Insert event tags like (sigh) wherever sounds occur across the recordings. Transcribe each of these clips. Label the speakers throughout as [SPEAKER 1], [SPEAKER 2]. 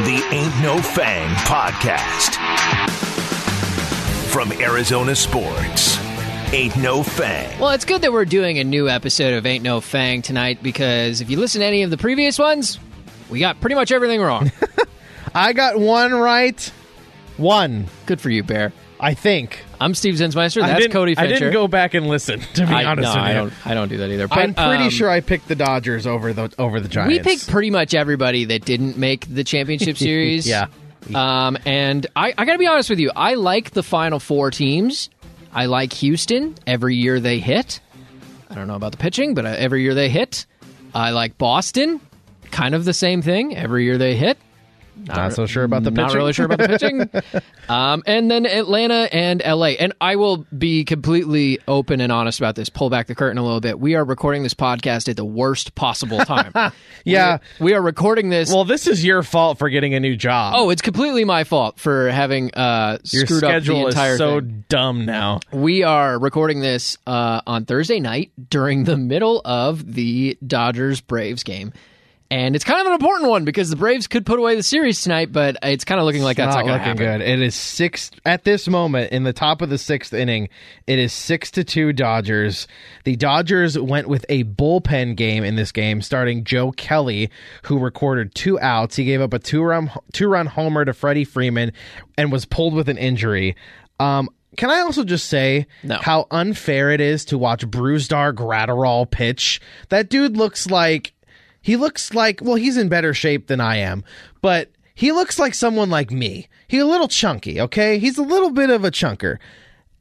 [SPEAKER 1] The Ain't No Fang Podcast. From Arizona Sports, Ain't No Fang.
[SPEAKER 2] Well, it's good that we're doing a new episode of Ain't No Fang tonight because if you listen to any of the previous ones, we got pretty much
[SPEAKER 3] (laughs)
[SPEAKER 2] everything wrong.
[SPEAKER 4] I got one right. One,
[SPEAKER 2] good for you, Bear.
[SPEAKER 4] I think.
[SPEAKER 2] I'm Steve Zinsmeister.
[SPEAKER 3] I
[SPEAKER 2] That's
[SPEAKER 3] didn't-
[SPEAKER 2] Cody Fincher.
[SPEAKER 3] I didn't go back and listen, to be
[SPEAKER 2] I-
[SPEAKER 3] honest
[SPEAKER 2] no,
[SPEAKER 3] with
[SPEAKER 2] I
[SPEAKER 3] you.
[SPEAKER 2] don't. I don't do that either. But,
[SPEAKER 4] I'm pretty
[SPEAKER 2] um,
[SPEAKER 4] sure I picked the Dodgers over the over the Giants.
[SPEAKER 2] we picked pretty much everybody that didn't make the
[SPEAKER 3] (laughs)
[SPEAKER 2] championship series.
[SPEAKER 4] Yeah.
[SPEAKER 2] Um, and I, I got to be honest with you. I like the final four teams. I like Houston every year they hit. I don't know about the pitching, but uh, every year they hit. I like Boston. Kind of the same thing. Every year they hit.
[SPEAKER 4] Not so sure about the
[SPEAKER 2] Not
[SPEAKER 4] pitching.
[SPEAKER 2] really sure about the
[SPEAKER 4] (laughs)
[SPEAKER 2] pitching. um, and then Atlanta and LA. And I will be completely open and honest about this. Pull back the curtain a little bit. We are recording this podcast at the worst possible time.
[SPEAKER 4] (laughs) Yeah.
[SPEAKER 2] we are recording this.
[SPEAKER 3] Well, this is your fault for getting a new job.
[SPEAKER 2] oh, it's completely my fault for having uh,
[SPEAKER 3] your
[SPEAKER 2] screwed up the
[SPEAKER 3] schedule
[SPEAKER 2] entire
[SPEAKER 3] is so
[SPEAKER 2] thing.
[SPEAKER 3] dumb now.
[SPEAKER 2] We are recording this uh, on Thursday night during the middle of the Dodgers Braves game. And it's kind of an important one because the Braves could put away the series tonight, but it's kind of looking like that's
[SPEAKER 4] not
[SPEAKER 2] not, going to
[SPEAKER 4] looking
[SPEAKER 2] happen.
[SPEAKER 4] good. It is six at this moment in the top of the sixth inning. It is six to two Dodgers. The Dodgers went with a bullpen game in this game, starting Joe Kelly, who recorded two outs. He gave up a two run two run homer to Freddie Freeman, and was pulled with an injury. Um, can I also just say
[SPEAKER 2] No.
[SPEAKER 4] how unfair it is to watch Bruzdar Gratterall pitch? That dude looks like he looks like well, he's in better shape than I am, but he looks like someone like me. He's a little chunky, okay? He's a little bit of a chunker.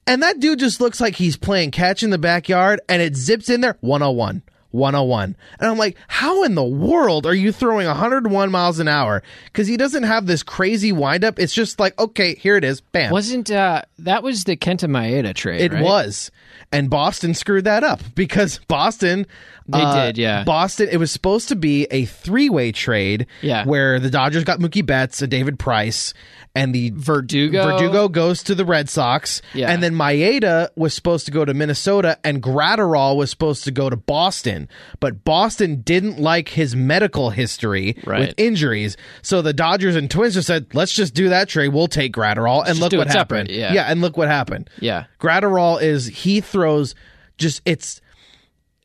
[SPEAKER 4] And that dude just looks like he's playing catch in the backyard and it zips in there 101. 101. And I'm like, how in the world are you throwing 101 miles an hour? Because he doesn't have this crazy windup. It's just like, okay, here it is. Bam.
[SPEAKER 2] Wasn't uh, that was the Kenta Maeda trade?
[SPEAKER 4] It
[SPEAKER 2] right?
[SPEAKER 4] was. And Boston screwed that up because Boston. They
[SPEAKER 2] did, yeah.
[SPEAKER 4] Boston, it was supposed to be a three way trade
[SPEAKER 2] Yeah.
[SPEAKER 4] where the Dodgers got Mookie Betts and David Price and the
[SPEAKER 2] Verdugo.
[SPEAKER 4] Verdugo goes to the Red Sox.
[SPEAKER 2] Yeah.
[SPEAKER 4] And then Maeda was supposed to go to Minnesota and Gratterall was supposed to go to Boston. But Boston didn't like his medical history
[SPEAKER 2] Right.
[SPEAKER 4] with injuries. So the Dodgers and Twins just said, let's just do that trade. We'll take Gratterall. And look
[SPEAKER 2] do
[SPEAKER 4] what
[SPEAKER 2] it separate,
[SPEAKER 4] happened.
[SPEAKER 2] yeah.
[SPEAKER 4] yeah. And look what happened.
[SPEAKER 2] Yeah.
[SPEAKER 4] Gratterall is he throws just it's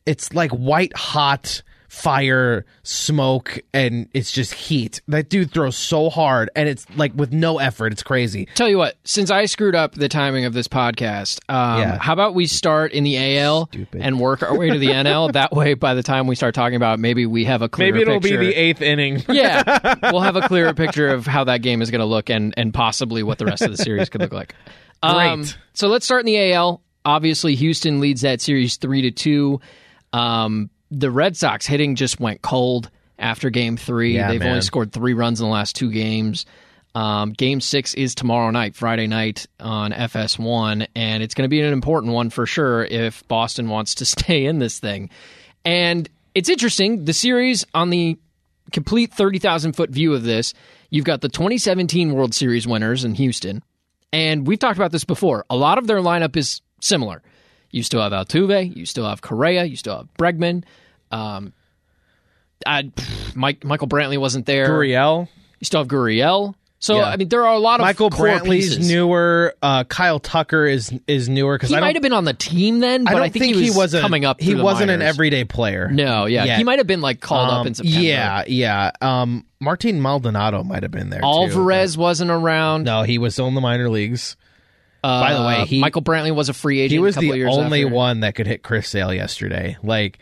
[SPEAKER 4] it's like white hot fire smoke and it's just heat. That dude throws so hard and it's like with no effort. It's crazy.
[SPEAKER 2] Tell you what, since I screwed up the timing of this podcast, um,
[SPEAKER 4] Yeah.
[SPEAKER 2] how about we start in the AL and work our way to
[SPEAKER 3] (laughs)
[SPEAKER 2] the NL? That way, by the time we start talking about, it, maybe we have a clearer
[SPEAKER 3] Maybe it'll
[SPEAKER 2] picture.
[SPEAKER 3] be the eighth
[SPEAKER 4] (laughs)
[SPEAKER 3] inning.
[SPEAKER 2] (laughs) yeah, we'll have a clearer picture of how that game is going to look and and possibly what the rest of the series could look like. Um,
[SPEAKER 4] Great.
[SPEAKER 2] So let's start in the AL. Obviously, Houston leads that series three to two. Um, the Red Sox hitting just went cold after Game Three.
[SPEAKER 4] Yeah,
[SPEAKER 2] They've
[SPEAKER 4] man.
[SPEAKER 2] only scored three runs in the last two games. Um, game six is tomorrow night, Friday night on FS1, and it's going to be an important one for sure if Boston wants to (laughs) stay in this thing. And it's interesting. The series on the complete 30,000 foot view of this, you've got the 2017 World Series winners in Houston. And we've talked about this before. A lot of their lineup is similar. You still have Altuve, you still have Correa, you still have Bregman. Um, I, pff, Mike, Michael Brantley wasn't there.
[SPEAKER 3] Guriel.
[SPEAKER 2] You still have Gurriel. So,
[SPEAKER 4] Yeah.
[SPEAKER 2] I mean, there are a lot of
[SPEAKER 4] Michael
[SPEAKER 2] core
[SPEAKER 4] Brantley's
[SPEAKER 2] pieces.
[SPEAKER 4] newer. Uh, Kyle Tucker is is newer because
[SPEAKER 2] He
[SPEAKER 4] I don't,
[SPEAKER 2] might have been on the team then,
[SPEAKER 4] I
[SPEAKER 2] but
[SPEAKER 4] don't
[SPEAKER 2] I, think, he was
[SPEAKER 4] a-
[SPEAKER 2] coming up.
[SPEAKER 4] He
[SPEAKER 2] through the
[SPEAKER 4] wasn't an
[SPEAKER 2] minors.
[SPEAKER 4] everyday player.
[SPEAKER 2] No, yeah.
[SPEAKER 4] yet.
[SPEAKER 2] He might have been like called up
[SPEAKER 4] Um,
[SPEAKER 2] in September.
[SPEAKER 4] Yeah, yeah. Um, Martin Maldonado might have been there. too.
[SPEAKER 2] Alvarez wasn't around.
[SPEAKER 4] No, he was still in the minor leagues. By the way,
[SPEAKER 2] Uh,
[SPEAKER 4] he-
[SPEAKER 2] Michael Brantley was a free agent.
[SPEAKER 4] He was
[SPEAKER 2] a couple
[SPEAKER 4] the
[SPEAKER 2] years
[SPEAKER 4] only
[SPEAKER 2] after.
[SPEAKER 4] one that could hit Chris Sale yesterday. Like,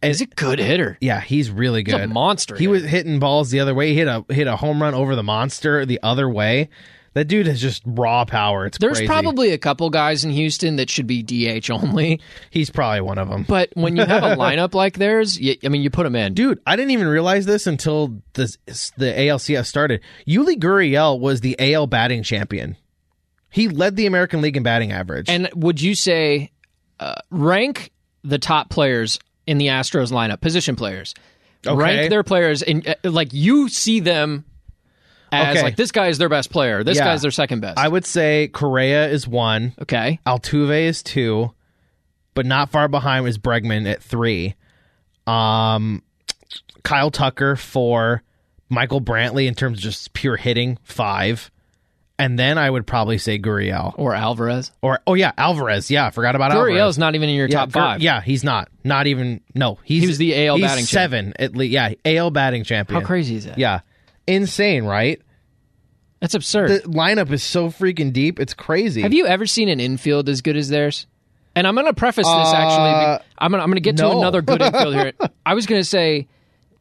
[SPEAKER 2] He's a good hitter.
[SPEAKER 4] yeah, he's really
[SPEAKER 2] He's
[SPEAKER 4] good.
[SPEAKER 2] a monster.
[SPEAKER 4] He
[SPEAKER 2] hitter.
[SPEAKER 4] was hitting balls the other way. He hit a hit a home run over the monster the other way. That dude has just raw power. It's
[SPEAKER 2] There's
[SPEAKER 4] crazy.
[SPEAKER 2] probably a couple guys in Houston that should be DH only,
[SPEAKER 4] he's probably one of them.
[SPEAKER 2] but when you have
[SPEAKER 4] (laughs)
[SPEAKER 2] a lineup like theirs, you, I mean, you put them in.
[SPEAKER 4] Dude, I didn't even realize this until this, the ALCS started. Yuli Gurriel was the AL batting champion. He led the American League in batting average.
[SPEAKER 2] And would you say uh, rank the top players in the Astros lineup, position players? Rank
[SPEAKER 4] Okay.
[SPEAKER 2] their players in uh, like you see them as
[SPEAKER 4] Okay.
[SPEAKER 2] like this guy is their best player, this
[SPEAKER 4] Yeah.
[SPEAKER 2] guy's their second best.
[SPEAKER 4] I would say Correa is one.
[SPEAKER 2] okay,
[SPEAKER 4] Altuve is two, but not far behind is Bregman at three. Um, Kyle Tucker four, Michael Brantley in terms of just pure hitting, five. And then I would probably say Gurriel.
[SPEAKER 2] or Alvarez.
[SPEAKER 4] Or, oh, yeah, Alvarez. Yeah, I forgot about Alvarez.
[SPEAKER 2] Gurriel's not even in your
[SPEAKER 4] Yeah,
[SPEAKER 2] top
[SPEAKER 4] Gur-
[SPEAKER 2] five.
[SPEAKER 4] Yeah, he's not. Not even, no. He's,
[SPEAKER 2] He was the AL
[SPEAKER 4] he's
[SPEAKER 2] batting champ.
[SPEAKER 4] seven, at least. Yeah, AL batting champion.
[SPEAKER 2] How crazy is that?
[SPEAKER 4] Yeah. Insane, right?
[SPEAKER 2] That's absurd.
[SPEAKER 4] The lineup is so freaking deep. It's crazy.
[SPEAKER 2] Have you ever seen an infield as good as theirs? And I'm going to preface this actually.
[SPEAKER 4] Uh,
[SPEAKER 2] be- I'm going to I'm going to get to
[SPEAKER 4] no.
[SPEAKER 2] another
[SPEAKER 4] (laughs)
[SPEAKER 2] good infield here. I was going to say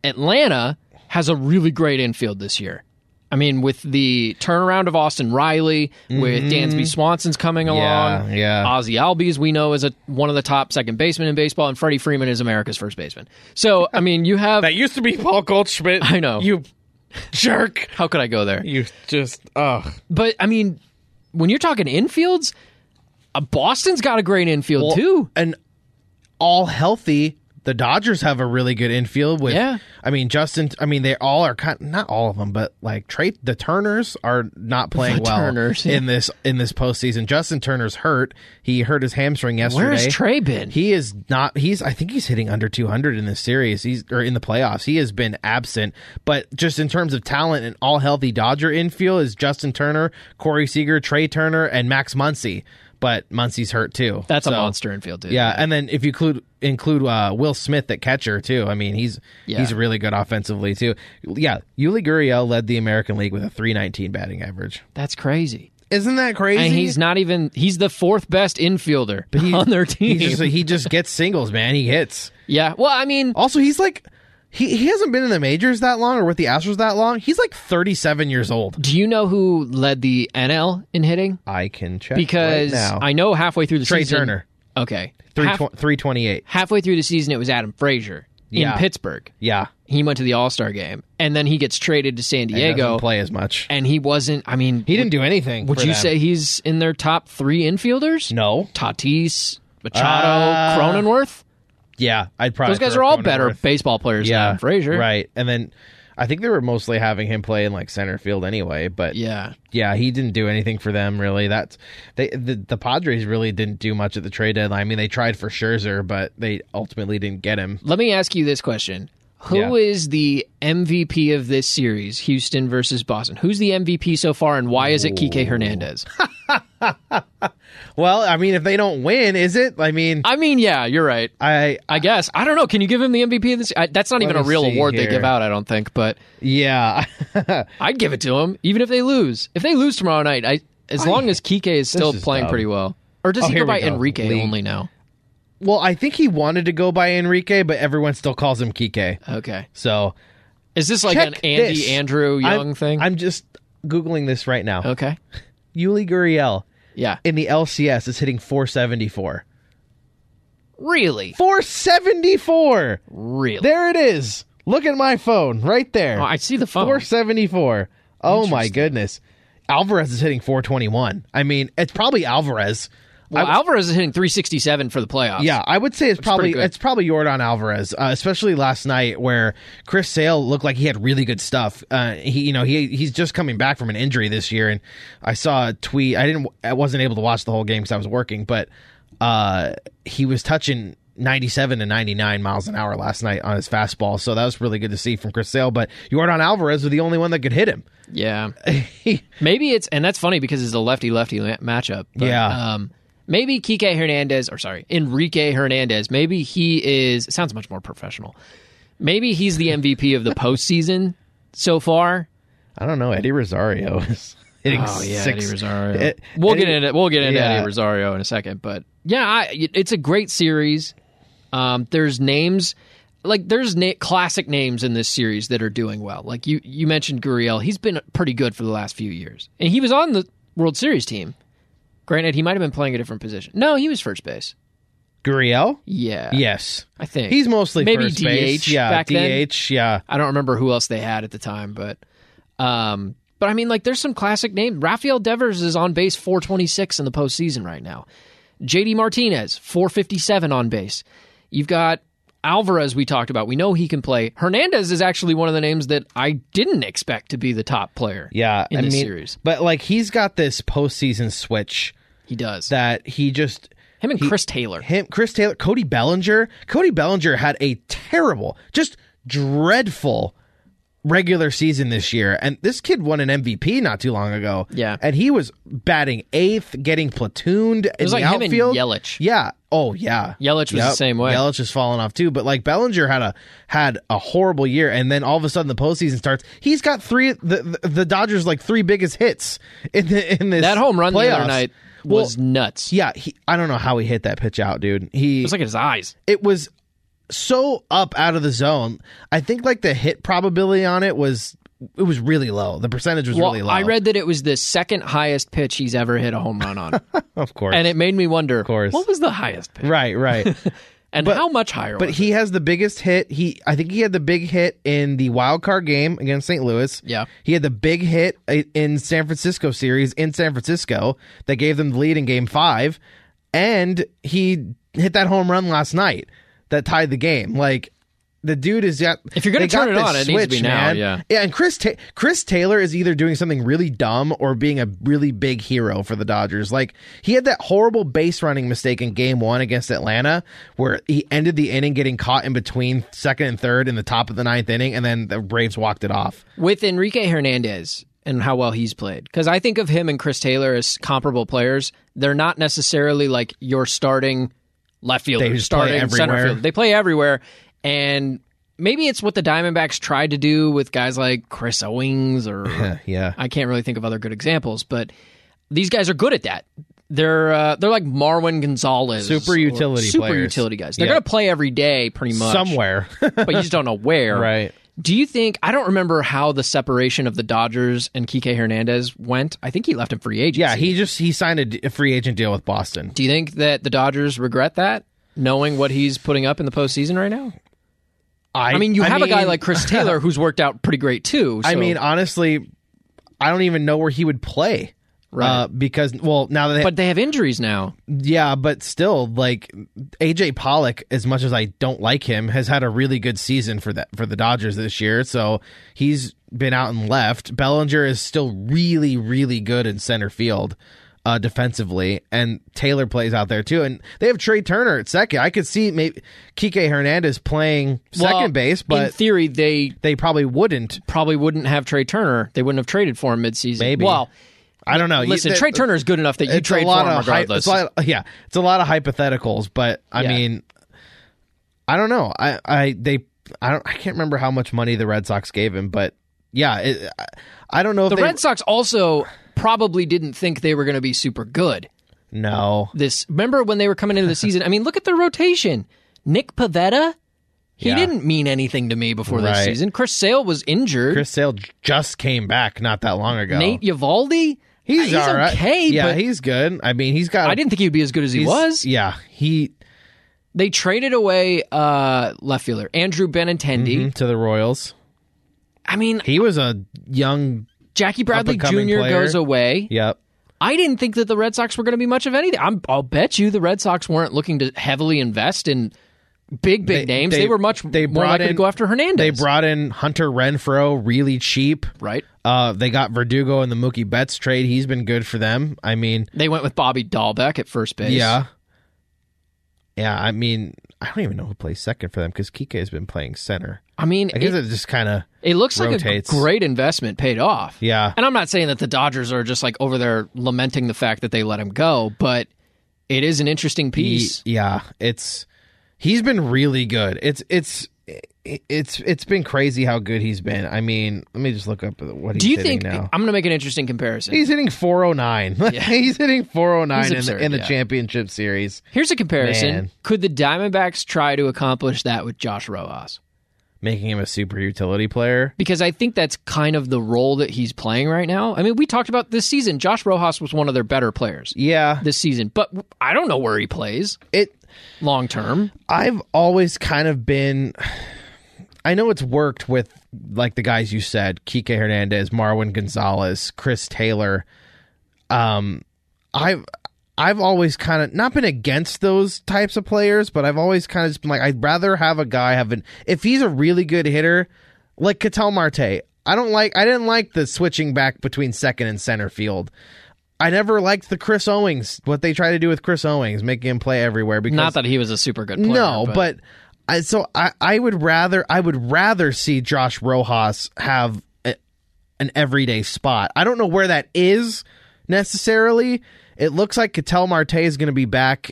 [SPEAKER 2] Atlanta has a really great infield this year. I mean, with the turnaround of Austin Riley, with Dansby Swanson's coming along,
[SPEAKER 4] Mm-hmm. yeah.
[SPEAKER 2] Ozzy Albies we know is a, one of the top second basemen in baseball, and Freddie Freeman is America's first baseman. So,
[SPEAKER 4] (laughs)
[SPEAKER 2] I mean, you have
[SPEAKER 3] That used to be Paul Goldschmidt.
[SPEAKER 2] I know.
[SPEAKER 3] You jerk.
[SPEAKER 2] how could I go there?
[SPEAKER 3] You just ugh.
[SPEAKER 2] But I mean, when you're talking infields, uh, Boston's got a great infield too.
[SPEAKER 4] And all healthy. The Dodgers have a really good infield with.
[SPEAKER 2] Yeah.
[SPEAKER 4] I mean, Justin. I mean, they all are kind. Not all of them, but like Trey, the Turners are not playing well
[SPEAKER 2] Turners, yeah.
[SPEAKER 4] in this in this postseason. Justin Turner's hurt. He hurt his hamstring yesterday.
[SPEAKER 2] Where has Trey been?
[SPEAKER 4] He is not. He's. I think he's hitting under 200 in this series. He's or in the playoffs. He has been absent. But just in terms of talent, an all healthy Dodger infield is Justin Turner, Corey Seager, Trey Turner, and Max Muncy. But Muncy's hurt too.
[SPEAKER 2] That's a
[SPEAKER 4] So,
[SPEAKER 2] monster infield, dude.
[SPEAKER 4] Yeah, and then if you include include uh, Will Smith at catcher too. I mean, he's
[SPEAKER 2] Yeah.
[SPEAKER 4] he's really good offensively too. Yeah, Yuli Gurriel led the American League with a 319 batting average.
[SPEAKER 2] That's crazy.
[SPEAKER 4] Isn't that crazy?
[SPEAKER 2] And he's not even he's the fourth best infielder (laughs)
[SPEAKER 4] He-
[SPEAKER 2] on their team.
[SPEAKER 4] He's just, he just gets singles, man. He hits.
[SPEAKER 2] yeah. Well, I mean,
[SPEAKER 4] Also, he's like he, he hasn't been in the majors that long or with the Astros that long. He's like 37 years old.
[SPEAKER 2] do you know who led the NL in hitting?
[SPEAKER 4] I can check
[SPEAKER 2] Because
[SPEAKER 4] right now.
[SPEAKER 2] I know halfway through the
[SPEAKER 4] Trey
[SPEAKER 2] season
[SPEAKER 4] Turner.
[SPEAKER 2] Okay.
[SPEAKER 4] Three
[SPEAKER 2] Half-
[SPEAKER 4] tw- 328.
[SPEAKER 2] halfway through the season it was Adam Frazier
[SPEAKER 4] Yeah.
[SPEAKER 2] in Pittsburgh.
[SPEAKER 4] Yeah.
[SPEAKER 2] He went to the All-Star game and then he gets traded to San
[SPEAKER 4] He
[SPEAKER 2] Diego
[SPEAKER 4] doesn't play as much.
[SPEAKER 2] and he wasn't I mean,
[SPEAKER 4] He didn't do anything.
[SPEAKER 2] would
[SPEAKER 4] for
[SPEAKER 2] you
[SPEAKER 4] them.
[SPEAKER 2] say he's in their top 3 infielders?
[SPEAKER 4] no?
[SPEAKER 2] Tatis, Machado,
[SPEAKER 4] Uh,
[SPEAKER 2] Cronenworth?
[SPEAKER 4] Yeah, I'd probably
[SPEAKER 2] Those guys
[SPEAKER 4] throw
[SPEAKER 2] are all
[SPEAKER 4] Cronenworth.
[SPEAKER 2] better baseball players than
[SPEAKER 4] Yeah,
[SPEAKER 2] Adam Frazier.
[SPEAKER 4] Right, and then I think they were mostly having him play in like center field anyway. But
[SPEAKER 2] Yeah.
[SPEAKER 4] yeah, he didn't do anything for them really. That's they the, the Padres really didn't do much at the trade deadline. I mean, they tried for Scherzer, but they ultimately didn't get him.
[SPEAKER 2] Let me ask you this question. Who is the MVP of this series, Houston versus Boston? Who's the MVP so far, and why is it Kike Hernandez?
[SPEAKER 4] Well, I mean, if they don't win, is it? I mean,
[SPEAKER 2] I mean, yeah, you're right.
[SPEAKER 4] I
[SPEAKER 2] I guess I don't know. Can you give him the MVP of this? I, that's not even a
[SPEAKER 4] me
[SPEAKER 2] real
[SPEAKER 4] see
[SPEAKER 2] award they
[SPEAKER 4] here.
[SPEAKER 2] give out, I don't think. But
[SPEAKER 4] yeah, (laughs)
[SPEAKER 2] I'd give it to him, even if they lose. If they lose tomorrow night, I as long as Kike is still
[SPEAKER 4] is
[SPEAKER 2] playing
[SPEAKER 4] dumb. Oh,
[SPEAKER 2] pretty well, or does he
[SPEAKER 4] here
[SPEAKER 2] go
[SPEAKER 4] we
[SPEAKER 2] by
[SPEAKER 4] go.
[SPEAKER 2] Enrique
[SPEAKER 4] League.
[SPEAKER 2] only now?
[SPEAKER 4] well, I think he wanted to go by Enrique, but everyone still calls him Kike.
[SPEAKER 2] Okay,
[SPEAKER 4] So
[SPEAKER 2] is this like
[SPEAKER 4] check
[SPEAKER 2] an Andy
[SPEAKER 4] this.
[SPEAKER 2] Andrew Young
[SPEAKER 4] I'm,
[SPEAKER 2] thing?
[SPEAKER 4] I'm just googling this right now.
[SPEAKER 2] okay,
[SPEAKER 4] Yuli Gurriel
[SPEAKER 2] yeah,
[SPEAKER 4] in the LCS is hitting 474.
[SPEAKER 2] really,
[SPEAKER 4] 474.
[SPEAKER 2] really.
[SPEAKER 4] There it is. Look at my phone right there.
[SPEAKER 2] Oh, I see the phone.
[SPEAKER 4] 474. Oh my goodness. Alvarez is hitting 421. I mean, it's probably Alvarez.
[SPEAKER 2] Well, Alvarez is hitting 367 for the playoffs.
[SPEAKER 4] Yeah, I would say it's probably
[SPEAKER 2] pretty good.
[SPEAKER 4] it's probably Jordan Alvarez, uh, especially last night where Chris Sale looked like he had really good stuff. Uh, he, you know, he he's just coming back from an injury this year, and I saw a tweet. I didn't, I wasn't able to watch the whole game because I was working, but uh, he was touching. 97 to 99 miles an hour last night on his fastball. So that was really good to see from Chris Sale. But Jordan Alvarez was the only one that could hit him. (laughs)
[SPEAKER 2] Yeah. maybe it's and that's funny because it's a lefty lefty matchup. but,
[SPEAKER 4] Yeah.
[SPEAKER 2] Um, maybe Kike Hernandez or sorry, Enrique Hernandez, maybe he is it sounds much more professional. Maybe he's the MVP of the postseason so far.
[SPEAKER 4] I don't know. Eddie Rosario is hitting
[SPEAKER 2] Oh yeah,
[SPEAKER 4] six.
[SPEAKER 2] Eddie Rosario.
[SPEAKER 4] Eh,
[SPEAKER 2] we'll get
[SPEAKER 4] Eddie-
[SPEAKER 2] into we'll get into
[SPEAKER 4] yeah.
[SPEAKER 2] Eddie Rosario in a second, but yeah, I, it's a great series. Um, there's names like there's na- classic names in this series that are doing well. Like you you mentioned Gurriel, he's been pretty good for the last few years, and he was on the World Series team. Granted, he might have been playing a different position. No, he was first base.
[SPEAKER 4] Gurriel?
[SPEAKER 2] Yeah,
[SPEAKER 4] Yes.
[SPEAKER 2] I think
[SPEAKER 4] He's mostly
[SPEAKER 2] maybe
[SPEAKER 4] first
[SPEAKER 2] DH
[SPEAKER 4] base. Yeah,
[SPEAKER 2] back
[SPEAKER 4] DH.
[SPEAKER 2] then.
[SPEAKER 4] Yeah,
[SPEAKER 2] I don't remember who else they had at the time, but um, but I mean, like, there's some classic names. Rafael Devers is on base 426 in the postseason right now. JD Martinez 457 on base. You've got Alvarez we talked about. We know he can play. Hernandez is actually one of the names that I didn't expect to be the top player.
[SPEAKER 4] yeah.
[SPEAKER 2] in
[SPEAKER 4] I
[SPEAKER 2] this
[SPEAKER 4] mean,
[SPEAKER 2] series,
[SPEAKER 4] but like he's got this postseason switch
[SPEAKER 2] he does.
[SPEAKER 4] that he just
[SPEAKER 2] Him and Chris Taylor.
[SPEAKER 4] him Chris Taylor, Cody Bellinger. Cody Bellinger had a terrible, just dreadful regular season this year, and this kid won an MVP not too long ago.
[SPEAKER 2] Yeah.
[SPEAKER 4] and he was batting eighth, getting platooned in
[SPEAKER 2] was
[SPEAKER 4] the
[SPEAKER 2] like him and
[SPEAKER 4] outfield.
[SPEAKER 2] Yelich.
[SPEAKER 4] Yeah. Oh yeah.
[SPEAKER 2] Yelich was the same way.
[SPEAKER 4] Yelich is falling off too, but like Bellinger had a had a horrible year, and then all of a sudden the postseason starts. He's got three the the, the Dodgers like three biggest hits in the, in this
[SPEAKER 2] That home run the other
[SPEAKER 4] playoffs.
[SPEAKER 2] night
[SPEAKER 4] Well,
[SPEAKER 2] was nuts.
[SPEAKER 4] yeah, he, I don't know how he hit that pitch out, dude. He
[SPEAKER 2] It was like in his eyes.
[SPEAKER 4] it was so up out of the zone. I think like the hit probability on it was it was really low. The percentage was
[SPEAKER 2] Well,
[SPEAKER 4] really low.
[SPEAKER 2] I read that it was the second highest pitch he's ever hit a home run
[SPEAKER 4] (laughs)
[SPEAKER 2] on,
[SPEAKER 4] of course.
[SPEAKER 2] and it made me wonder,
[SPEAKER 4] course.
[SPEAKER 2] what was the highest pitch, (laughs)
[SPEAKER 4] right, right.
[SPEAKER 2] and how much higher?
[SPEAKER 4] but
[SPEAKER 2] was
[SPEAKER 4] he has the biggest hit. He I think he had the big hit in the wild card game against St. Louis.
[SPEAKER 2] Yeah.
[SPEAKER 4] He had the big hit i- in San Francisco series in San Francisco that gave them the lead in game 5 and he hit that home run last night that tied the game. Like the dude is at.
[SPEAKER 2] If you're gonna
[SPEAKER 4] they got
[SPEAKER 2] turn it
[SPEAKER 4] this
[SPEAKER 2] on, it needs to be now,
[SPEAKER 4] man.
[SPEAKER 2] yeah.
[SPEAKER 4] yeah. And Chris Ta- Chris Taylor is either doing something really dumb or being a really big hero for the Dodgers. Like he had that horrible base running mistake in Game One against Atlanta, where he ended the inning getting caught in between second and third in the top of the ninth inning, and then the Braves walked it off.
[SPEAKER 2] it? with Enrique Hernandez and how well he's played? Because I think of him and Chris Taylor as comparable players. They're not necessarily like your starting left fielder,
[SPEAKER 4] They just play
[SPEAKER 2] starting center
[SPEAKER 4] everywhere.
[SPEAKER 2] field. They play everywhere, and maybe it's what the Diamondbacks tried to do with guys like Chris Owings or
[SPEAKER 4] Yeah,
[SPEAKER 2] (laughs) I can't really think of other good examples, but these guys are good at that. They're uh, they're like Marwin Gonzalez,
[SPEAKER 4] Super
[SPEAKER 2] or
[SPEAKER 4] utility
[SPEAKER 2] super
[SPEAKER 4] players.
[SPEAKER 2] utility guys. They're
[SPEAKER 4] Yeah.
[SPEAKER 2] gonna play every day, pretty much
[SPEAKER 4] somewhere. (laughs)
[SPEAKER 2] but you just don't know where.
[SPEAKER 4] Right.
[SPEAKER 2] Do you think I don't remember how the separation of the Dodgers and Kike Hernandez went? I think he left him free agency.
[SPEAKER 4] yeah, he just he signed a d- a free agent deal with Boston.
[SPEAKER 2] Do you think that the Dodgers regret that, knowing what he's putting up in the postseason right now? I mean, you have a guy
[SPEAKER 4] mean-
[SPEAKER 2] like
[SPEAKER 4] (laughs)
[SPEAKER 2] Chris Taylor who's worked out pretty great too.
[SPEAKER 4] I
[SPEAKER 2] so-
[SPEAKER 4] mean, honestly, I don't even know where he would play.
[SPEAKER 2] Right.
[SPEAKER 4] Uh, because well, now that they,
[SPEAKER 2] but they have injuries now.
[SPEAKER 4] yeah, but still, like AJ Pollock, as much as I don't like him, has had a really good season for that for the Dodgers this year. So he's been out and left. Bellinger is still really, really good in center field. Uh, defensively, and Taylor plays out there too, and they have Trey Turner at second. I could see maybe Kike Hernandez playing second
[SPEAKER 2] Well,
[SPEAKER 4] base,
[SPEAKER 2] in
[SPEAKER 4] but
[SPEAKER 2] theory, they
[SPEAKER 4] they probably wouldn't.
[SPEAKER 2] probably wouldn't have Trey Turner. They wouldn't have traded for him midseason.
[SPEAKER 4] Maybe.
[SPEAKER 2] Well,
[SPEAKER 4] I don't know. You-
[SPEAKER 2] listen,
[SPEAKER 4] they-
[SPEAKER 2] Trey Turner is good enough that you
[SPEAKER 4] it's
[SPEAKER 2] trade
[SPEAKER 4] a lot
[SPEAKER 2] for him
[SPEAKER 4] of hy-
[SPEAKER 2] regardless.
[SPEAKER 4] it's a lot- yeah, it's a lot of hypotheticals, but I
[SPEAKER 2] Yeah.
[SPEAKER 4] mean, I don't know. I, I they I don't I can't remember how much money the Red Sox gave him, but yeah, it, I- I don't know if
[SPEAKER 2] the
[SPEAKER 4] they,
[SPEAKER 2] Red Sox also probably didn't think they were going to be super good.
[SPEAKER 4] no.
[SPEAKER 2] this. Remember when they were coming into the season? I mean, look at their rotation. Nick Pavetta, he
[SPEAKER 4] Yeah.
[SPEAKER 2] didn't mean anything to me before this
[SPEAKER 4] Right.
[SPEAKER 2] season. Chris Sale was injured.
[SPEAKER 4] Chris Sale j- just came back not that long ago.
[SPEAKER 2] Nate Uvalde,
[SPEAKER 4] he's, all right.
[SPEAKER 2] okay,
[SPEAKER 4] Yeah,
[SPEAKER 2] but
[SPEAKER 4] he's good. I mean, he's got.
[SPEAKER 2] I didn't think he'd be as good as he
[SPEAKER 4] he's-
[SPEAKER 2] was.
[SPEAKER 4] Yeah, he
[SPEAKER 2] They traded away uh, left fielder Andrew Benintendi.
[SPEAKER 4] to the Royals.
[SPEAKER 2] I mean,
[SPEAKER 4] He was a young.
[SPEAKER 2] Jackie Bradley Jr.
[SPEAKER 4] Up-and-coming player.
[SPEAKER 2] goes away.
[SPEAKER 4] Yep.
[SPEAKER 2] I didn't think that the Red Sox were going to be much of anything. I'm, I'll bet you the Red Sox weren't looking to heavily invest in big, big
[SPEAKER 4] They-
[SPEAKER 2] names. They,
[SPEAKER 4] they-
[SPEAKER 2] were much
[SPEAKER 4] they
[SPEAKER 2] more
[SPEAKER 4] brought
[SPEAKER 2] likely to
[SPEAKER 4] in-
[SPEAKER 2] go after Hernandez.
[SPEAKER 4] They brought in Hunter Renfro really cheap.
[SPEAKER 2] right.
[SPEAKER 4] Uh, they got Verdugo in the Mookie Betts trade. He's been good for them. I mean,
[SPEAKER 2] They went with Bobby Dahlbeck at first base.
[SPEAKER 4] yeah, yeah. I mean, I don't even know who plays second for them because Kike has been playing center.
[SPEAKER 2] I mean,
[SPEAKER 4] I guess
[SPEAKER 2] it,
[SPEAKER 4] it, just kind of
[SPEAKER 2] it looks
[SPEAKER 4] rotates.
[SPEAKER 2] like a g- great investment paid off.
[SPEAKER 4] yeah.
[SPEAKER 2] And I'm not saying that the Dodgers are just like over there lamenting the fact that they let him go, but it is an interesting
[SPEAKER 4] He-
[SPEAKER 2] piece.
[SPEAKER 4] yeah, it's he's been really good. It's it's it's it's been crazy how good he's been. I mean, let me just look up what he's
[SPEAKER 2] Do you
[SPEAKER 4] hitting
[SPEAKER 2] think
[SPEAKER 4] now.
[SPEAKER 2] I'm going to make an interesting comparison?
[SPEAKER 4] He's hitting (laughs) 409. he's hitting 409
[SPEAKER 2] He's
[SPEAKER 4] in
[SPEAKER 2] absurd,
[SPEAKER 4] the, in the
[SPEAKER 2] yeah.
[SPEAKER 4] championship series.
[SPEAKER 2] Here's a comparison.
[SPEAKER 4] Man.
[SPEAKER 2] Could the Diamondbacks try to accomplish that with Josh Rojas?
[SPEAKER 4] Making him a super utility player.
[SPEAKER 2] Because I think that's kind of the role that he's playing right now. I mean, we talked about this season. Josh Rojas was one of their better players
[SPEAKER 4] Yeah.
[SPEAKER 2] this season, but I don't know where he plays
[SPEAKER 4] It
[SPEAKER 2] long term.
[SPEAKER 4] I've always kind of been. I know it's worked with like the guys you said, Kike Hernandez, Marwin Gonzalez, Chris Taylor. Um, I've I've always kind of not been against those types of players, but I've always kind of just been like, I'd rather have a guy have an if he's a really good hitter, like Cattell Marte. I don't like I didn't like the switching back between second and center field. I never liked the Chris Owings what they try to do with Chris Owings, making him play everywhere because
[SPEAKER 2] Not that he was a super good player.
[SPEAKER 4] no, but, I, so I, I would rather I would rather see Josh Rojas have a, an everyday spot. I don't know where that is necessarily. It looks like Cattell Marte is going to be back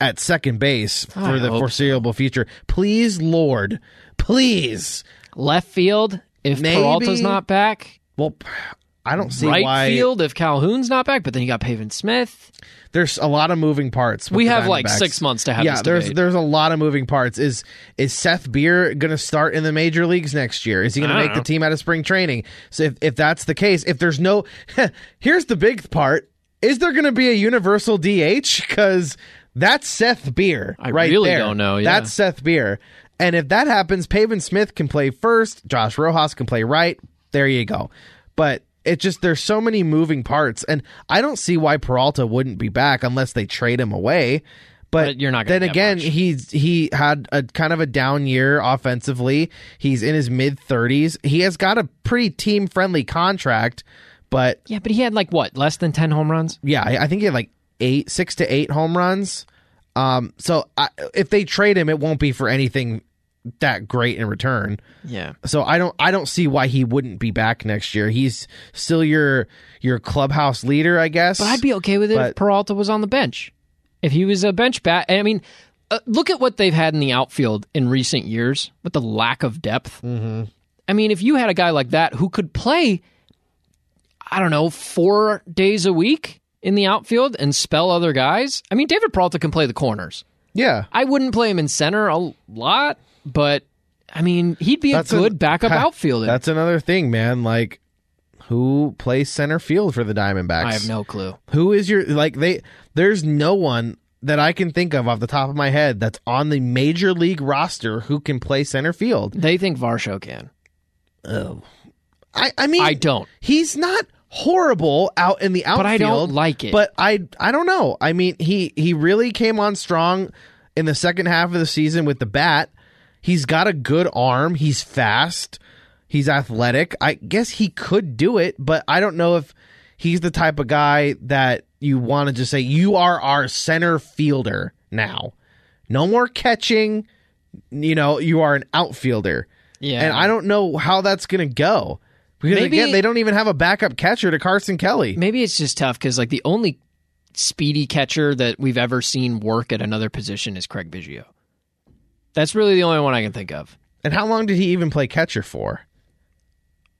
[SPEAKER 4] at second base for
[SPEAKER 2] Oh, I
[SPEAKER 4] the
[SPEAKER 2] hope
[SPEAKER 4] foreseeable future. Please, Lord, please.
[SPEAKER 2] Left field, if
[SPEAKER 4] Maybe.
[SPEAKER 2] Peralta's not back.
[SPEAKER 4] Well, I don't see
[SPEAKER 2] right
[SPEAKER 4] why
[SPEAKER 2] field, if Calhoun's not back. But then you got Pavin Smith.
[SPEAKER 4] there's a lot of moving parts. with
[SPEAKER 2] We
[SPEAKER 4] the
[SPEAKER 2] have like
[SPEAKER 4] Diamondbacks.
[SPEAKER 2] six months to have
[SPEAKER 4] yeah,
[SPEAKER 2] this
[SPEAKER 4] there's
[SPEAKER 2] debate.
[SPEAKER 4] there's a lot of moving parts. Is is Seth Beer going to start in the major leagues next year? Is he going
[SPEAKER 2] I
[SPEAKER 4] to
[SPEAKER 2] don't
[SPEAKER 4] make the team out of spring training? So if if that's the case, if there's no, (laughs) here's the big part: is there going to be a universal DH? Because that's Seth Beer.
[SPEAKER 2] I
[SPEAKER 4] right
[SPEAKER 2] really
[SPEAKER 4] there.
[SPEAKER 2] don't know, yeah.
[SPEAKER 4] That's Seth Beer. And if that happens, Paven Smith can play first. Josh Rojas can play right. There you go. But it just there's so many moving parts, and I don't see why Peralta wouldn't be back unless they trade him away. But,
[SPEAKER 2] But you're not gonna
[SPEAKER 4] Uh, Then
[SPEAKER 2] get
[SPEAKER 4] again,
[SPEAKER 2] much.
[SPEAKER 4] he's he had a kind of a down year offensively. He's in his mid 30s. He has got a pretty team friendly contract, but
[SPEAKER 2] Yeah, but he had like what less than ten home runs.
[SPEAKER 4] yeah, I I think he had like eight, six to eight home runs. Um, so I, if they trade him, it won't be for anything that great in return.
[SPEAKER 2] Yeah,
[SPEAKER 4] So I don't, I don't see why he wouldn't be back next year. He's still your your clubhouse leader, I guess.
[SPEAKER 2] but I'd be okay with it if
[SPEAKER 4] But-
[SPEAKER 2] Peralta was on the bench. If he was a bench bat, I mean, uh, look at what they've had in the outfield in recent years with the lack of depth. Mm-hmm. I mean, if you had a guy like that who could play, I don't know, four days a week in the outfield and spell other guys. I mean, David Peralta can play the corners.
[SPEAKER 4] yeah.
[SPEAKER 2] I wouldn't play him in center a lot, but I mean, he'd be
[SPEAKER 4] That's
[SPEAKER 2] a
[SPEAKER 4] an-
[SPEAKER 2] good backup outfielder.
[SPEAKER 4] That's another thing, man. Like, who plays center field for the Diamondbacks?
[SPEAKER 2] I have no clue.
[SPEAKER 4] Who is your like they there's no one that I can think of off the top of my head that's on the major league roster who can play center field.
[SPEAKER 2] They think Varsho can.
[SPEAKER 4] I I mean
[SPEAKER 2] I don't.
[SPEAKER 4] He's not horrible out in the outfield,
[SPEAKER 2] I don't like it.
[SPEAKER 4] But I I don't know. I mean, he he really came on strong in the second half of the season with the bat. He's got a good arm. He's fast. He's athletic. I guess he could do it, but I don't know if he's the type of guy that you want to just say you are our center fielder now. No more catching. You know, you are an outfielder.
[SPEAKER 2] Yeah.
[SPEAKER 4] And I don't know how that's going to go. Because
[SPEAKER 2] Maybe-
[SPEAKER 4] again, they don't even have a backup catcher to Carson Kelly.
[SPEAKER 2] Maybe it's just tough because like the only speedy catcher that we've ever seen work at another position is Craig Biggio. That's really the only one I can think of.
[SPEAKER 4] And how long did he even play catcher for?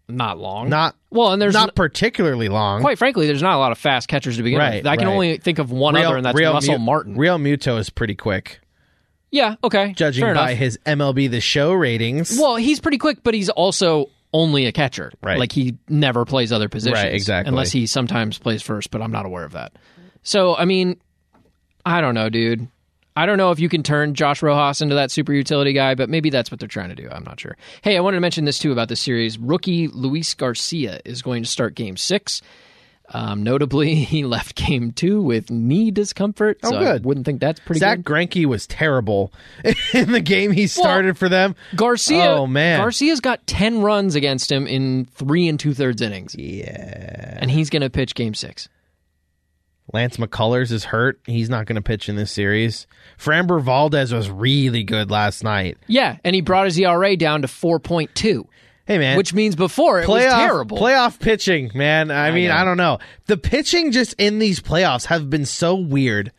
[SPEAKER 2] Not long.
[SPEAKER 4] Not
[SPEAKER 2] well, and there's
[SPEAKER 4] not
[SPEAKER 2] n-
[SPEAKER 4] particularly long.
[SPEAKER 2] quite frankly, there's not a lot of fast catchers to begin
[SPEAKER 4] Right,
[SPEAKER 2] with. I can
[SPEAKER 4] right.
[SPEAKER 2] only think of one other, and that's Russell
[SPEAKER 4] Mu-
[SPEAKER 2] Martin.
[SPEAKER 4] Real Muto is pretty quick,
[SPEAKER 2] yeah. Okay.
[SPEAKER 4] judging
[SPEAKER 2] Fair
[SPEAKER 4] by
[SPEAKER 2] enough.
[SPEAKER 4] his MLB The Show ratings.
[SPEAKER 2] Well, he's pretty quick, but he's also only a catcher.
[SPEAKER 4] Right.
[SPEAKER 2] Like he never plays other positions.
[SPEAKER 4] Right, exactly.
[SPEAKER 2] Unless he sometimes plays first, but I'm not aware of that. So, I mean, I don't know, dude. I don't know if you can turn Josh Rojas into that super utility guy, but maybe that's what they're trying to do. I'm not sure. Hey, I wanted to mention this too about the series. Rookie Luis Garcia is going to start game six. Um, notably, (laughs) he left game two with knee discomfort. so
[SPEAKER 4] Oh, good.
[SPEAKER 2] I wouldn't think that's pretty
[SPEAKER 4] Zach
[SPEAKER 2] good.
[SPEAKER 4] Greinke was terrible (laughs) in the game he started for them.
[SPEAKER 2] Garcia.
[SPEAKER 4] Oh, man.
[SPEAKER 2] Garcia's got ten runs against him in three and two thirds innings. Yeah, and he's going to pitch Game Six.
[SPEAKER 4] Lance McCullers is hurt. He's not going to pitch in this series. Framber Valdez was really good last night.
[SPEAKER 2] Yeah, and he brought his ERA down to four point two,
[SPEAKER 4] Hey man,
[SPEAKER 2] which means before it was terrible.
[SPEAKER 4] Playoff pitching, man. I, mean,
[SPEAKER 2] know.
[SPEAKER 4] I don't know. The pitching just in these playoffs have been so weird.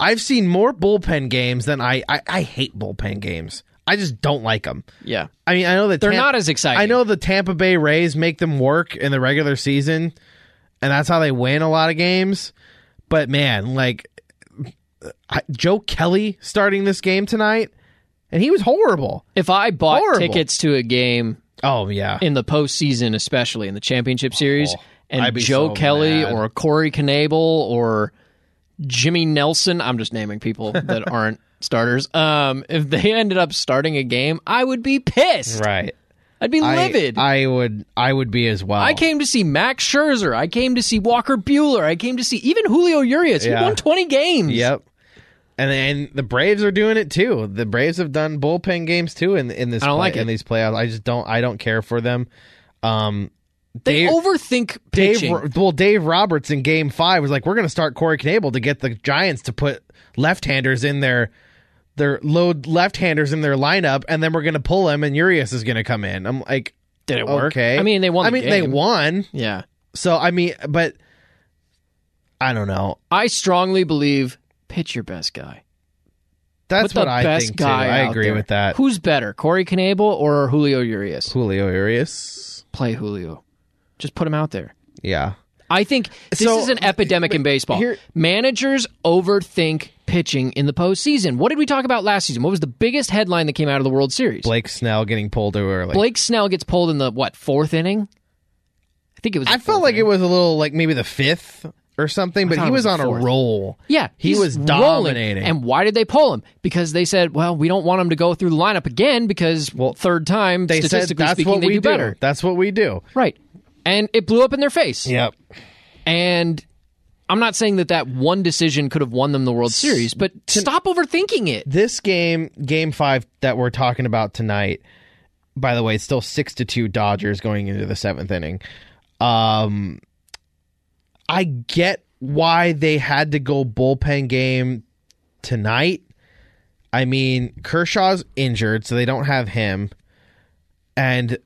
[SPEAKER 4] I've seen more bullpen games than I. I, I hate bullpen games. I just don't like them.
[SPEAKER 2] yeah,
[SPEAKER 4] I mean, I know that
[SPEAKER 2] They're not as exciting.
[SPEAKER 4] I know the Tampa Bay Rays make them work in the regular season, and that's how they win a lot of games. But man, like I, Joe Kelly starting this game tonight, and he was horrible.
[SPEAKER 2] if I bought
[SPEAKER 4] Horrible.
[SPEAKER 2] tickets to a game
[SPEAKER 4] Oh yeah,
[SPEAKER 2] in the postseason, especially in the championship series,
[SPEAKER 4] Oh, I'd
[SPEAKER 2] and
[SPEAKER 4] be
[SPEAKER 2] Joe
[SPEAKER 4] so
[SPEAKER 2] Kelly
[SPEAKER 4] mad.
[SPEAKER 2] or Corey Knable or Jimmy Nelson, I'm just naming
[SPEAKER 4] (laughs)
[SPEAKER 2] people that aren't starters. Um, if they ended up starting a game, I would be pissed.
[SPEAKER 4] right.
[SPEAKER 2] I'd be
[SPEAKER 4] I-
[SPEAKER 2] livid.
[SPEAKER 4] I, would I would be as well.
[SPEAKER 2] I came to see Max Scherzer. I came to see Walker Bueller. I came to see even Julio Urias. He
[SPEAKER 4] Yeah.
[SPEAKER 2] won 20 games.
[SPEAKER 4] Yep. And and the Braves are doing it too. The Braves have done bullpen games too in in this
[SPEAKER 2] I don't
[SPEAKER 4] play-
[SPEAKER 2] like it.
[SPEAKER 4] in these playoffs. I just don't I don't care for them. Um
[SPEAKER 2] They
[SPEAKER 4] Dave-
[SPEAKER 2] overthink
[SPEAKER 4] Dave
[SPEAKER 2] pitching.
[SPEAKER 4] well Dave Roberts in game 5 was like we're going to start Corey Knable to get the Giants to put left-handers in their their load left-handers in their lineup, and then we're gonna pull him, and Urias is gonna come in. I'm like,
[SPEAKER 2] Did it work?
[SPEAKER 4] okay.
[SPEAKER 2] I mean, they won.
[SPEAKER 4] I
[SPEAKER 2] the
[SPEAKER 4] mean,
[SPEAKER 2] game.
[SPEAKER 4] they won.
[SPEAKER 2] Yeah,
[SPEAKER 4] So I mean, but I don't know.
[SPEAKER 2] I strongly believe pitch your best guy.
[SPEAKER 4] That's
[SPEAKER 2] Put
[SPEAKER 4] what
[SPEAKER 2] the
[SPEAKER 4] I
[SPEAKER 2] best
[SPEAKER 4] think too.
[SPEAKER 2] guy.
[SPEAKER 4] I
[SPEAKER 2] out
[SPEAKER 4] agree
[SPEAKER 2] there.
[SPEAKER 4] with that.
[SPEAKER 2] Who's better, Corey Knable or Julio Urias?
[SPEAKER 4] Julio Urias.
[SPEAKER 2] Play Julio. Just put him out there.
[SPEAKER 4] Yeah.
[SPEAKER 2] I think this
[SPEAKER 4] So-
[SPEAKER 2] is an epidemic in baseball.
[SPEAKER 4] here-
[SPEAKER 2] Managers overthink pitching in the postseason. What did we talk about last season? What was the biggest headline that came out of the World Series?
[SPEAKER 4] Blake Snell getting pulled too early.
[SPEAKER 2] Blake Snell gets pulled in the what fourth inning? I think it was. the
[SPEAKER 4] I felt
[SPEAKER 2] fourth
[SPEAKER 4] like it
[SPEAKER 2] inning.
[SPEAKER 4] was a little like maybe the fifth or something, but
[SPEAKER 2] thought
[SPEAKER 4] he
[SPEAKER 2] it was
[SPEAKER 4] was,
[SPEAKER 2] the
[SPEAKER 4] on a
[SPEAKER 2] fourth.
[SPEAKER 4] roll.
[SPEAKER 2] Yeah,
[SPEAKER 4] he
[SPEAKER 2] he's
[SPEAKER 4] was
[SPEAKER 2] rolling.
[SPEAKER 4] dominating.
[SPEAKER 2] And why did they pull him? Because they said, well, we don't want him to go through the lineup again because well, third time
[SPEAKER 4] They said
[SPEAKER 2] statistically
[SPEAKER 4] that's
[SPEAKER 2] speaking
[SPEAKER 4] what
[SPEAKER 2] they
[SPEAKER 4] we
[SPEAKER 2] do better.
[SPEAKER 4] That's what we do.
[SPEAKER 2] Right. And it blew up in their face.
[SPEAKER 4] Yep.
[SPEAKER 2] And I'm not saying that that one decision could have won them the World Series, but stop overthinking it.
[SPEAKER 4] This game, game five that we're talking about tonight, by the way, it's still six to two Dodgers going into the seventh inning. Um I get why they had to go bullpen game tonight. I mean, Kershaw's injured, so they don't have him. And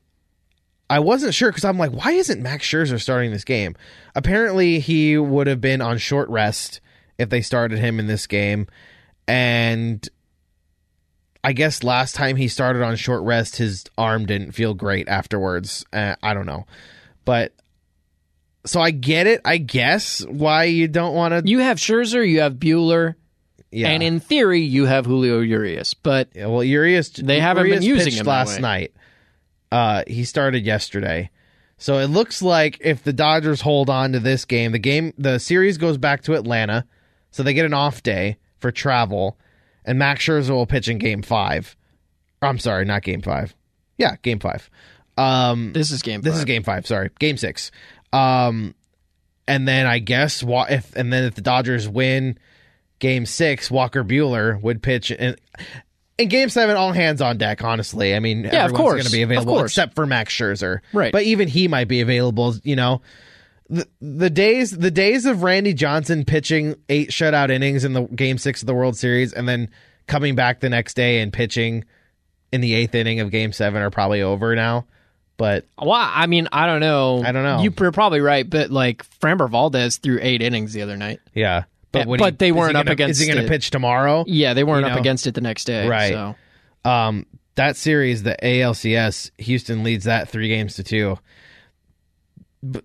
[SPEAKER 4] I wasn't sure because I'm like, why isn't Max Scherzer starting this game? Apparently, he would have been on short rest if they started him in this game. And I guess last time he started on short rest, his arm didn't feel great afterwards. Uh, I don't know. But so I get it, I guess, why you don't want to.
[SPEAKER 2] You have Scherzer, you have Bueller,
[SPEAKER 4] Yeah.
[SPEAKER 2] and in theory, you have Julio Urias. But
[SPEAKER 4] Yeah, well, Urias
[SPEAKER 2] They haven't been
[SPEAKER 4] Urias
[SPEAKER 2] using
[SPEAKER 4] pitched
[SPEAKER 2] him that
[SPEAKER 4] last
[SPEAKER 2] way.
[SPEAKER 4] night. Uh, he started yesterday, so it looks like if the Dodgers hold on to this game, the game the series goes back to Atlanta, so they get an off day for travel, and Max Scherzer will pitch in Game Five. Or, I'm sorry, not Game Five. Yeah, Game Five. Um,
[SPEAKER 2] this is game.
[SPEAKER 4] this is
[SPEAKER 2] five.
[SPEAKER 4] game five. Sorry, game six. Um, and then I guess wa- if and then if the Dodgers win game six, Walker Bueller would pitch in, in game seven. All hands on deck. Honestly, I mean,
[SPEAKER 2] Yeah, of
[SPEAKER 4] everyone's going
[SPEAKER 2] course.
[SPEAKER 4] to be
[SPEAKER 2] Of
[SPEAKER 4] available
[SPEAKER 2] course.
[SPEAKER 4] except for Max Scherzer,
[SPEAKER 2] Right.
[SPEAKER 4] But even he might be available. You know, the the days the days of Randy Johnson pitching eight shutout innings in the game six of the World Series and then coming back the next day and pitching in the eighth inning of game seven are probably over now. But
[SPEAKER 2] Well, I mean, I don't know.
[SPEAKER 4] I don't know.
[SPEAKER 2] You- You're probably right, but like Framber Valdez threw eight innings the other night.
[SPEAKER 4] Yeah,
[SPEAKER 2] Yeah,
[SPEAKER 4] would
[SPEAKER 2] but they
[SPEAKER 4] is he
[SPEAKER 2] weren't up
[SPEAKER 4] gonna- Is he
[SPEAKER 2] against
[SPEAKER 4] going
[SPEAKER 2] it.
[SPEAKER 4] to pitch tomorrow?
[SPEAKER 2] Yeah, they weren't
[SPEAKER 4] You
[SPEAKER 2] up
[SPEAKER 4] know?
[SPEAKER 2] against it the next day.
[SPEAKER 4] Right.
[SPEAKER 2] So.
[SPEAKER 4] Um, that series, the ALCS, Houston leads that three games to two. But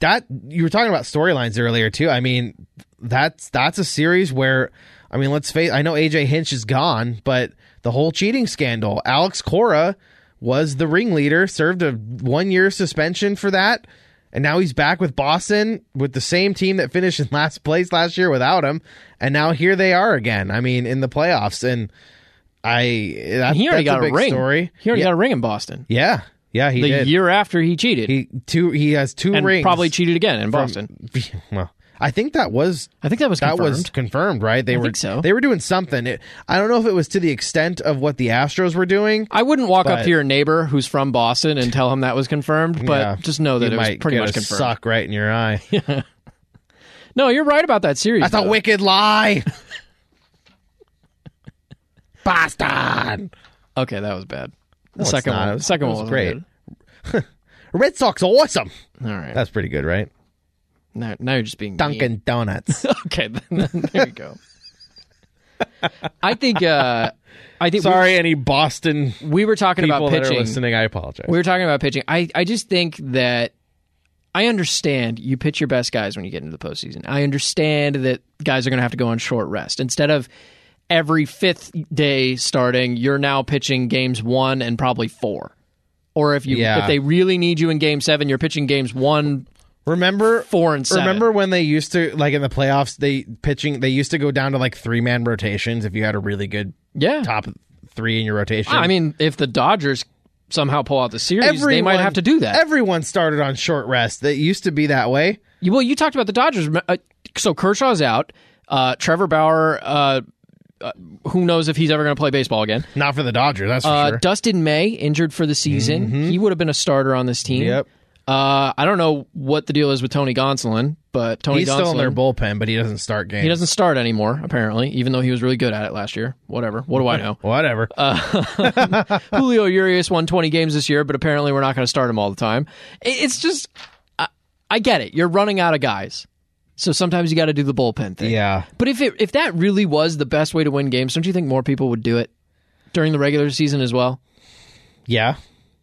[SPEAKER 4] that you were talking about storylines earlier too. I mean, that's that's a series where, I mean, let's face. I know AJ Hinch is gone, but the whole cheating scandal. Alex Cora was the ringleader, served a one year suspension for that. And now he's back with Boston with the same team that finished in last place last year without him. And now here they are again. I mean, in the playoffs. And I that,
[SPEAKER 2] He already
[SPEAKER 4] that's
[SPEAKER 2] got
[SPEAKER 4] a
[SPEAKER 2] a,
[SPEAKER 4] big
[SPEAKER 2] ring.
[SPEAKER 4] story.
[SPEAKER 2] He already
[SPEAKER 4] yeah,
[SPEAKER 2] got a ring in Boston.
[SPEAKER 4] yeah, yeah, he
[SPEAKER 2] the
[SPEAKER 4] did.
[SPEAKER 2] year after he cheated.
[SPEAKER 4] he two he has two
[SPEAKER 2] and
[SPEAKER 4] rings.
[SPEAKER 2] probably cheated again in Boston.
[SPEAKER 4] (laughs) well, I think that was
[SPEAKER 2] I think that was
[SPEAKER 4] that
[SPEAKER 2] confirmed.
[SPEAKER 4] was confirmed, right? They were
[SPEAKER 2] think so.
[SPEAKER 4] they were doing something. It, I don't know if it was to the extent of what the Astros were doing.
[SPEAKER 2] I wouldn't walk up
[SPEAKER 4] But-
[SPEAKER 2] to your neighbor who's from Boston and tell him that was confirmed, but
[SPEAKER 4] Yeah.
[SPEAKER 2] just know that
[SPEAKER 4] you
[SPEAKER 2] it was
[SPEAKER 4] might
[SPEAKER 2] pretty
[SPEAKER 4] get
[SPEAKER 2] much
[SPEAKER 4] a
[SPEAKER 2] confirmed.
[SPEAKER 4] Suck right in
[SPEAKER 2] (laughs)
[SPEAKER 4] your eye.
[SPEAKER 2] No, you're right about that series.
[SPEAKER 4] That's a
[SPEAKER 2] though. (laughs)
[SPEAKER 4] wicked lie. Boston.
[SPEAKER 2] okay, that was bad. The
[SPEAKER 4] it's
[SPEAKER 2] second
[SPEAKER 4] not.
[SPEAKER 2] one,
[SPEAKER 4] It was-
[SPEAKER 2] second
[SPEAKER 4] it
[SPEAKER 2] one was
[SPEAKER 4] was great. Red Sox are awesome.
[SPEAKER 2] All right,
[SPEAKER 4] That's pretty good, right?
[SPEAKER 2] now, now you're just being mean.
[SPEAKER 4] Dunkin' Donuts.
[SPEAKER 2] (laughs) Okay, then, there you go. I think. Uh, I think. we-
[SPEAKER 4] Sorry, any Boston
[SPEAKER 2] we, were talking
[SPEAKER 4] people
[SPEAKER 2] about
[SPEAKER 4] that are
[SPEAKER 2] pitching.
[SPEAKER 4] listening. I apologize.
[SPEAKER 2] We were talking about pitching. I, I just think that I understand you pitch your best guys when you get into the postseason. I understand that guys are going to have to go on short rest. Instead of every fifth day starting, you're now pitching games one and probably four. Or if you
[SPEAKER 4] Yeah.
[SPEAKER 2] if they really need you in game seven, you're pitching games one,
[SPEAKER 4] Remember
[SPEAKER 2] four, and seven.
[SPEAKER 4] Remember when they used to like in the playoffs they pitching they used to go down to like three man rotations if you had a really good
[SPEAKER 2] yeah.
[SPEAKER 4] top three in your rotation.
[SPEAKER 2] Ah, I mean, if the Dodgers somehow pull out the series, they might have to do that.
[SPEAKER 4] Everyone started on short rest. That used to be that way.
[SPEAKER 2] You- Well, you talked about the Dodgers. Uh, So Kershaw's out. Uh, Trevor Bauer, uh, uh, who knows if he's ever going to play baseball again?
[SPEAKER 4] Not for the Dodgers, that's for
[SPEAKER 2] Uh,
[SPEAKER 4] sure. Mm-hmm.
[SPEAKER 2] Dustin May injured for the season. He would have been a starter on this team.
[SPEAKER 4] Yep.
[SPEAKER 2] Uh, I don't know what the deal is with Tony Gonsolin, but Tony
[SPEAKER 4] He's
[SPEAKER 2] Gonsolin
[SPEAKER 4] still in their bullpen, but he doesn't start games.
[SPEAKER 2] he doesn't start anymore apparently, even though he was really good at it last year. Whatever. What
[SPEAKER 4] (laughs)
[SPEAKER 2] do I know?
[SPEAKER 4] Whatever.
[SPEAKER 2] Uh, (laughs) Julio Urias won 20 games this year, but apparently we're not going to start him all the time. I- It's just, I, I get it. You're running out of guys, so sometimes you got to do the bullpen thing.
[SPEAKER 4] yeah.
[SPEAKER 2] But if it if that really was the best way to win games, don't you think more people would do it during the regular season as well?
[SPEAKER 4] Yeah.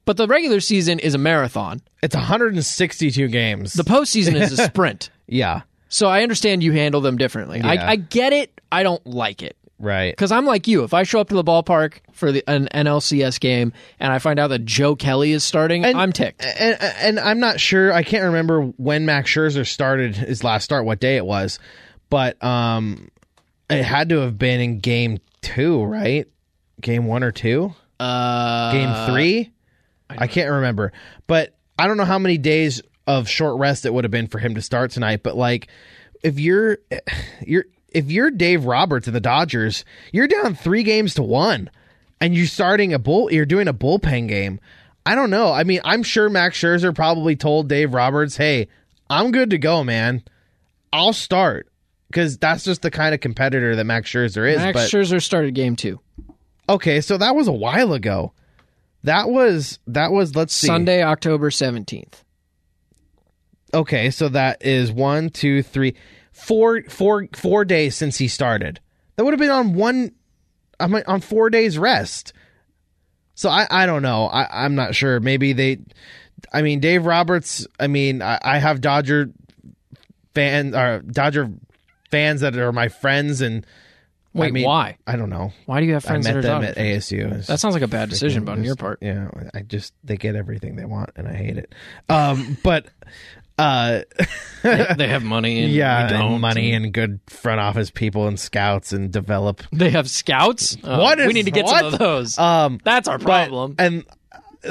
[SPEAKER 2] But the regular season is a marathon.
[SPEAKER 4] It's 162 games.
[SPEAKER 2] The postseason is
[SPEAKER 4] (laughs)
[SPEAKER 2] a sprint.
[SPEAKER 4] yeah.
[SPEAKER 2] So I understand you handle them differently.
[SPEAKER 4] Yeah.
[SPEAKER 2] I, I get it. I don't like it.
[SPEAKER 4] Right.
[SPEAKER 2] Because I'm like you. If I show up to the ballpark for the, an NLCS game and I find out that Joe Kelly is starting,
[SPEAKER 4] And-
[SPEAKER 2] I'm ticked.
[SPEAKER 4] and and I'm not sure. I can't remember when Max Scherzer started his last start, what day it was, but um, it had to have been in game two, right? Game one or two? Uh, game three? I, can't remember, but I don't know how many days of short rest it would have been for him to start tonight. But like, if you're you're if you're Dave Roberts of the Dodgers, you're down three games to one, and you're starting a bull. You're doing a bullpen game. I don't know. I mean, I'm sure Max Scherzer probably told Dave Roberts, "Hey, I'm good to go, man. I'll start." Because that's just the kind of competitor that Max Scherzer is.
[SPEAKER 2] Max
[SPEAKER 4] but
[SPEAKER 2] Scherzer started game two.
[SPEAKER 4] okay, so that was a while ago. That was that was let's see.
[SPEAKER 2] Sunday, October 17th.
[SPEAKER 4] Okay, so that is one, two, three, four, four, four days since he started. That would have been on one, I mean, on four days rest. So I, I don't know. I, I'm not sure. Maybe they, I mean, Dave Roberts. I mean, I, I have Dodger fans or Dodger fans that are my friends, and
[SPEAKER 2] Wait,
[SPEAKER 4] I mean,
[SPEAKER 2] why?
[SPEAKER 4] I don't know.
[SPEAKER 2] Why do you have
[SPEAKER 4] I
[SPEAKER 2] friends
[SPEAKER 4] met
[SPEAKER 2] that are
[SPEAKER 4] them
[SPEAKER 2] Dodger
[SPEAKER 4] at
[SPEAKER 2] fans?
[SPEAKER 4] ASU. It's-
[SPEAKER 2] That sounds like a bad decision on
[SPEAKER 4] just-
[SPEAKER 2] your part.
[SPEAKER 4] Yeah, I just they get everything they want, and I hate it. Um, (laughs) but uh.
[SPEAKER 2] they have money and
[SPEAKER 4] yeah,
[SPEAKER 2] we
[SPEAKER 4] and
[SPEAKER 2] don't.
[SPEAKER 4] money and good front office people and scouts and develop.
[SPEAKER 2] They have scouts. Uh,
[SPEAKER 4] What is-
[SPEAKER 2] we need to get
[SPEAKER 4] what?
[SPEAKER 2] some of those.
[SPEAKER 4] Um,
[SPEAKER 2] That's our problem.
[SPEAKER 4] and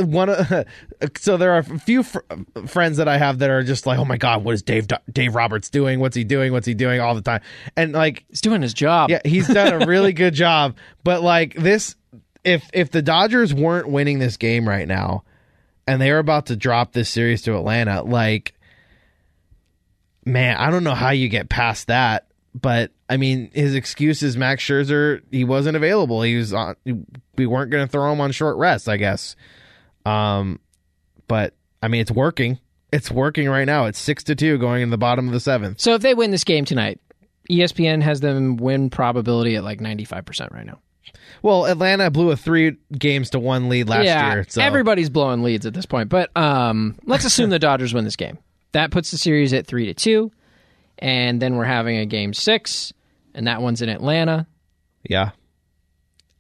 [SPEAKER 4] one of (laughs) so there are a few fr- friends that I have that are just like, oh my god, what is Dave Do- Dave Roberts doing? What's he doing? What's he doing all the time? And like,
[SPEAKER 2] He's doing his job.
[SPEAKER 4] yeah, he's done a really good job. But like this, if if the Dodgers weren't winning this game right now, and they were about to drop this series to Atlanta, like, man, I don't know how you get past that. But I mean, his excuse is Max Scherzer. He wasn't available. He was on. We weren't going to throw him on short rest, I guess. Um, but I mean, it's working. It's working right now. It's six to two going into the bottom of the seventh.
[SPEAKER 2] So if they win this game tonight, E ESPN has them win probability at like 95% right now.
[SPEAKER 4] Well, Atlanta blew a three games to one lead last
[SPEAKER 2] yeah,
[SPEAKER 4] year. So.
[SPEAKER 2] everybody's blowing leads at this point. But um, let's assume the Dodgers win this game. That puts the series at three to two, and then we're having a game six, and that one's in Atlanta.
[SPEAKER 4] Yeah.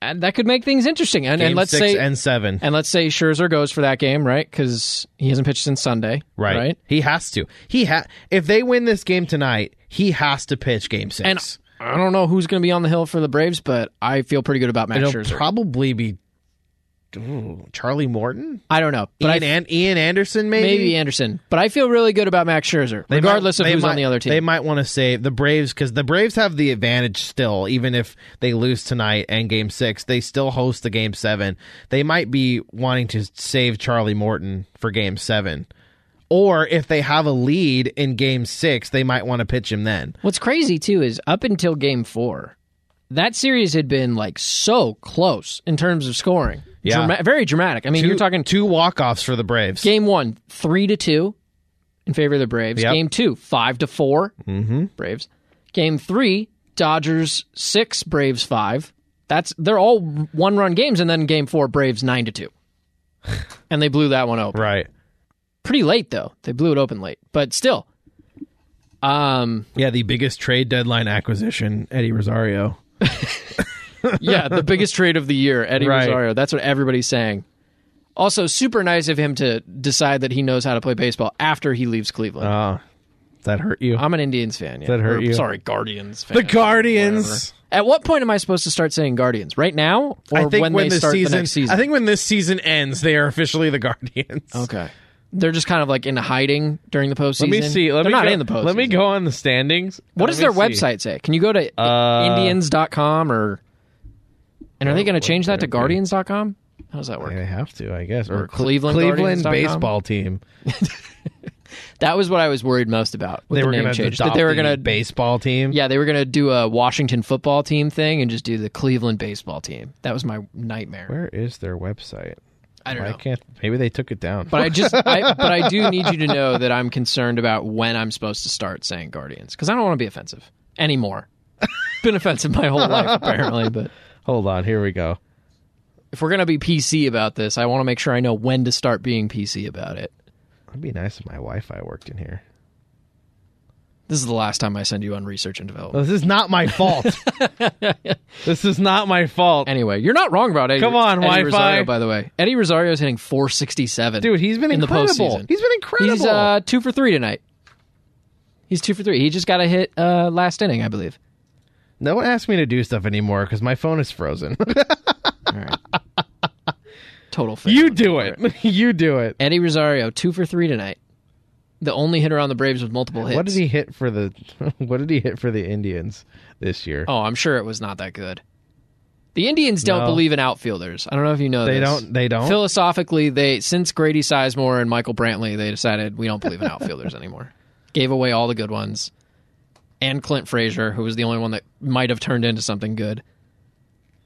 [SPEAKER 2] And that could make things interesting. And, and
[SPEAKER 4] Game
[SPEAKER 2] let's
[SPEAKER 4] six
[SPEAKER 2] say
[SPEAKER 4] and seven.
[SPEAKER 2] and let's say Scherzer goes for that game, right? Because he hasn't pitched since Sunday,
[SPEAKER 4] right.
[SPEAKER 2] Right.
[SPEAKER 4] He has to. He ha- if they win this game tonight, he has to pitch game six.
[SPEAKER 2] And I don't know who's going to be on the hill for the Braves, but I feel pretty good about Max
[SPEAKER 4] it'll
[SPEAKER 2] Scherzer.
[SPEAKER 4] probably be ooh, Charlie Morton?
[SPEAKER 2] I don't know, but
[SPEAKER 4] Ian,
[SPEAKER 2] I
[SPEAKER 4] An- Ian Anderson maybe?
[SPEAKER 2] maybe Anderson. But I feel really good about Max Scherzer,
[SPEAKER 4] They might-
[SPEAKER 2] regardless of
[SPEAKER 4] they
[SPEAKER 2] who's
[SPEAKER 4] might,
[SPEAKER 2] on the other team.
[SPEAKER 4] They might want to save the Braves because the Braves have the advantage still, even if they lose tonight and game six, they still host the game seven. They might be wanting to save Charlie Morton for game seven. Or if they have a lead in game six, they might want to pitch him then.
[SPEAKER 2] What's crazy too is up until game four, that series had been like so close in terms of scoring.
[SPEAKER 4] Yeah.
[SPEAKER 2] Drama- very dramatic. I mean, you you're talking
[SPEAKER 4] two walk offs for the Braves.
[SPEAKER 2] game one, three to two in favor of the Braves.
[SPEAKER 4] Yep. Mm-hmm.
[SPEAKER 2] Game two, five to 4 Braves. Game three, Dodgers six, Braves five. That's they're all one run games, and then game four, Braves nine to
[SPEAKER 4] (laughs)
[SPEAKER 2] two, and they blew that one open
[SPEAKER 4] Right.
[SPEAKER 2] pretty late though. They blew it open late, but still. Um.
[SPEAKER 4] Yeah, the biggest trade deadline acquisition, Eddie Rosario.
[SPEAKER 3] (laughs)
[SPEAKER 2] yeah, the biggest trade of the year, Eddie
[SPEAKER 4] Right.
[SPEAKER 2] Rosario. That's what everybody's saying. Also, super nice of him to decide that he knows how to play baseball after he leaves Cleveland.
[SPEAKER 3] Uh,
[SPEAKER 4] That hurt you.
[SPEAKER 2] I'm an Indians fan. Yeah.
[SPEAKER 4] that hurt
[SPEAKER 2] Or,
[SPEAKER 4] you?
[SPEAKER 2] Sorry, Guardians fan.
[SPEAKER 4] the Guardians.
[SPEAKER 2] At what point am I supposed to start saying Guardians? Right now, or
[SPEAKER 4] I think
[SPEAKER 2] when,
[SPEAKER 4] when,
[SPEAKER 2] they
[SPEAKER 4] this
[SPEAKER 2] start
[SPEAKER 4] season,
[SPEAKER 2] the next season?
[SPEAKER 4] I think when this season ends, they are officially the Guardians.
[SPEAKER 2] okay. They're just kind of like in hiding during the postseason.
[SPEAKER 3] Let me see. Let
[SPEAKER 2] They're
[SPEAKER 3] me
[SPEAKER 2] not
[SPEAKER 3] go,
[SPEAKER 2] in the postseason.
[SPEAKER 3] Let me go on the standings.
[SPEAKER 2] What
[SPEAKER 3] Let
[SPEAKER 2] does
[SPEAKER 3] me
[SPEAKER 2] their
[SPEAKER 3] see.
[SPEAKER 2] website say? Can you go to
[SPEAKER 3] Uh,
[SPEAKER 2] Indians.com or and are they going to change that to
[SPEAKER 3] okay.
[SPEAKER 2] Guardians.com? How does that work?
[SPEAKER 4] They have to, I guess.
[SPEAKER 2] Or Cleveland
[SPEAKER 4] Cleveland
[SPEAKER 2] Guardians.com?
[SPEAKER 4] baseball team.
[SPEAKER 2] That was what I was worried most about. With
[SPEAKER 4] They
[SPEAKER 2] the
[SPEAKER 4] were
[SPEAKER 2] name
[SPEAKER 4] going to
[SPEAKER 2] change,
[SPEAKER 4] adopt
[SPEAKER 2] that they were
[SPEAKER 4] the
[SPEAKER 2] going to
[SPEAKER 4] baseball team.
[SPEAKER 2] yeah, they were going to do a Washington football team thing and just do the Cleveland baseball team. That was my nightmare.
[SPEAKER 4] Where is their website?
[SPEAKER 2] I don't
[SPEAKER 4] Why
[SPEAKER 2] know.
[SPEAKER 4] can't maybe they took it down.
[SPEAKER 2] But I just,
[SPEAKER 4] (laughs)
[SPEAKER 2] I, but I do need you to know that I'm concerned about when I'm supposed to start saying Guardians because I don't want to be offensive
[SPEAKER 4] (laughs)
[SPEAKER 2] anymore. Been offensive my whole life apparently, but
[SPEAKER 4] Hold on, here we go.
[SPEAKER 2] if we're gonna be PC about this, I want to make sure I know when to start being PC about it.
[SPEAKER 4] It'd be nice if my Wi-Fi worked in here.
[SPEAKER 2] This is the last time I send you on research and development.
[SPEAKER 4] This is not
[SPEAKER 3] (laughs)
[SPEAKER 4] my fault. this is not my fault,
[SPEAKER 2] Anyway, you're not wrong about Eddie.
[SPEAKER 4] Come on,
[SPEAKER 2] Eddie
[SPEAKER 4] Wi-Fi.
[SPEAKER 2] Rosario, by the way, Eddie Rosario is hitting 467.
[SPEAKER 4] dude. He's been
[SPEAKER 2] in
[SPEAKER 4] incredible.
[SPEAKER 2] the postseason.
[SPEAKER 4] he's been incredible.
[SPEAKER 2] He's uh, two for three tonight. He's two for three. He just got a hit uh, last inning, I believe.
[SPEAKER 4] no one asks me to do stuff anymore because my phone is frozen.
[SPEAKER 2] Total. fail.
[SPEAKER 4] you do it. (laughs) you do it.
[SPEAKER 2] Eddie Rosario, two for three tonight. The only hitter on the Braves with multiple hits.
[SPEAKER 4] What did he hit for the? (laughs) What did he hit for the Indians this year?
[SPEAKER 2] Oh, I'm sure it was not that good. The Indians don't
[SPEAKER 4] No.
[SPEAKER 2] believe in outfielders. I don't know if you know
[SPEAKER 4] they
[SPEAKER 2] this.
[SPEAKER 4] don't. They don't.
[SPEAKER 2] Philosophically, they since Grady Sizemore and Michael Brantley, they decided we don't
[SPEAKER 4] (laughs)
[SPEAKER 2] believe in outfielders anymore. Gave away all the good ones, and Clint Frazier, who was the only one that might have turned into something good.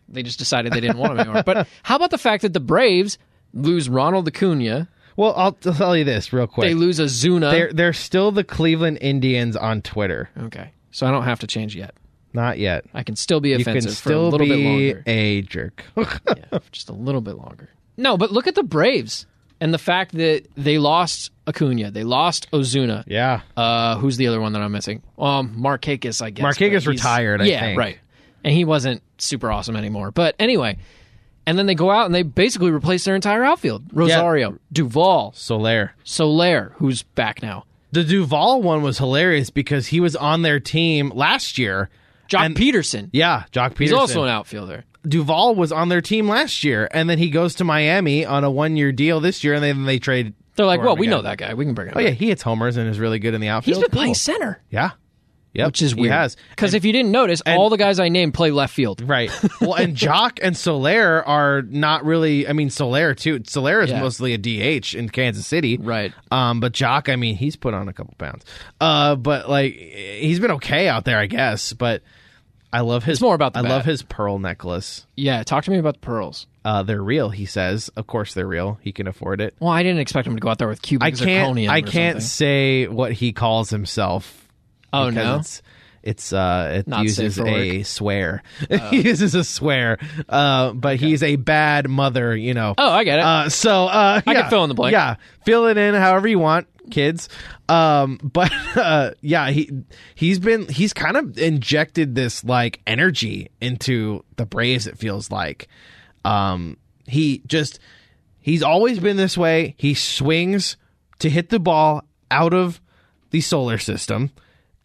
[SPEAKER 2] They just decided they didn't want
[SPEAKER 4] (laughs)
[SPEAKER 2] him anymore. But how about the fact that the Braves lose Ronald Acuna,
[SPEAKER 4] well, I'll, I'll tell you this real quick.
[SPEAKER 2] they lose Azuna?
[SPEAKER 4] they're they're still the Cleveland Indians on Twitter.
[SPEAKER 2] okay, so I don't have to change yet.
[SPEAKER 4] Not yet.
[SPEAKER 2] I can still be
[SPEAKER 4] You
[SPEAKER 2] offensive
[SPEAKER 4] can still
[SPEAKER 2] for a little bit
[SPEAKER 4] be
[SPEAKER 2] longer.
[SPEAKER 4] a jerk. (laughs)
[SPEAKER 2] Yeah, just a little bit longer. No, but look at the Braves and the fact that they lost Acuna, they lost Ozuna.
[SPEAKER 4] yeah.
[SPEAKER 2] Uh, who's the other one that I'm missing? Um, Markakis, I guess. but
[SPEAKER 4] Markakis
[SPEAKER 2] he's-
[SPEAKER 4] retired, I
[SPEAKER 2] yeah,
[SPEAKER 4] think.
[SPEAKER 2] right. And he wasn't super awesome anymore. But anyway, and then they go out and they basically replace their entire outfield: Rosario, Duval,
[SPEAKER 4] Solaire.
[SPEAKER 2] Soler, who's back now,
[SPEAKER 4] The Duval one was hilarious because he was on their team last year.
[SPEAKER 2] Jock
[SPEAKER 4] And-
[SPEAKER 2] Peterson.
[SPEAKER 4] Yeah, Jock Peterson.
[SPEAKER 2] he's also an outfielder.
[SPEAKER 4] Duval was on their team last year, and then he goes to Miami on a one-year deal this year, and then they trade.
[SPEAKER 2] They're like,
[SPEAKER 4] for him
[SPEAKER 2] well, we
[SPEAKER 4] again.
[SPEAKER 2] know that guy. We can bring him.
[SPEAKER 4] Oh yeah,
[SPEAKER 2] up.
[SPEAKER 4] he hits homers and is really good in the
[SPEAKER 2] he's
[SPEAKER 4] outfield.
[SPEAKER 2] been playing
[SPEAKER 4] Cool.
[SPEAKER 2] center.
[SPEAKER 4] Yeah, yep,
[SPEAKER 2] which is weird.
[SPEAKER 4] He has
[SPEAKER 2] because if you didn't notice, all the guys I named play left field.
[SPEAKER 4] right.
[SPEAKER 2] (laughs)
[SPEAKER 4] well, and Jock and Solaire are not really. I mean, Solaire too. Solaire is
[SPEAKER 2] Yeah.
[SPEAKER 4] mostly a DH in Kansas City,
[SPEAKER 2] Right.
[SPEAKER 4] Um, but Jock, I mean, he's put on a couple pounds. Uh, but like he's been okay out there, I guess. But I love his.
[SPEAKER 2] It's more about the
[SPEAKER 4] I
[SPEAKER 2] bat.
[SPEAKER 4] love his pearl necklace.
[SPEAKER 2] Yeah, talk to me about the pearls.
[SPEAKER 4] Uh, they're real, he says. Of course, they're real. He can afford it.
[SPEAKER 2] Well, I didn't expect him to go out there with Cuban
[SPEAKER 4] I can't.
[SPEAKER 2] zirconium.
[SPEAKER 4] I
[SPEAKER 2] or
[SPEAKER 4] can't
[SPEAKER 2] something.
[SPEAKER 4] say what he calls himself.
[SPEAKER 2] Oh
[SPEAKER 4] because
[SPEAKER 2] no,
[SPEAKER 4] It's, it's uh, it
[SPEAKER 2] Not Oh.
[SPEAKER 4] uses
[SPEAKER 2] safe for
[SPEAKER 4] a swear. (laughs) he uses a swear. Uh, but he's a bad mother. You know.
[SPEAKER 2] Oh, I get it.
[SPEAKER 4] Uh, so uh,
[SPEAKER 2] I can
[SPEAKER 4] yeah.
[SPEAKER 2] fill in the blank.
[SPEAKER 4] Yeah, fill it in however you want, kids. Um, (laughs) but uh, yeah, he he's been he's kind of injected this like energy into the Braves. It feels like um, he just he's always been this way. He swings to hit the ball out of the solar system.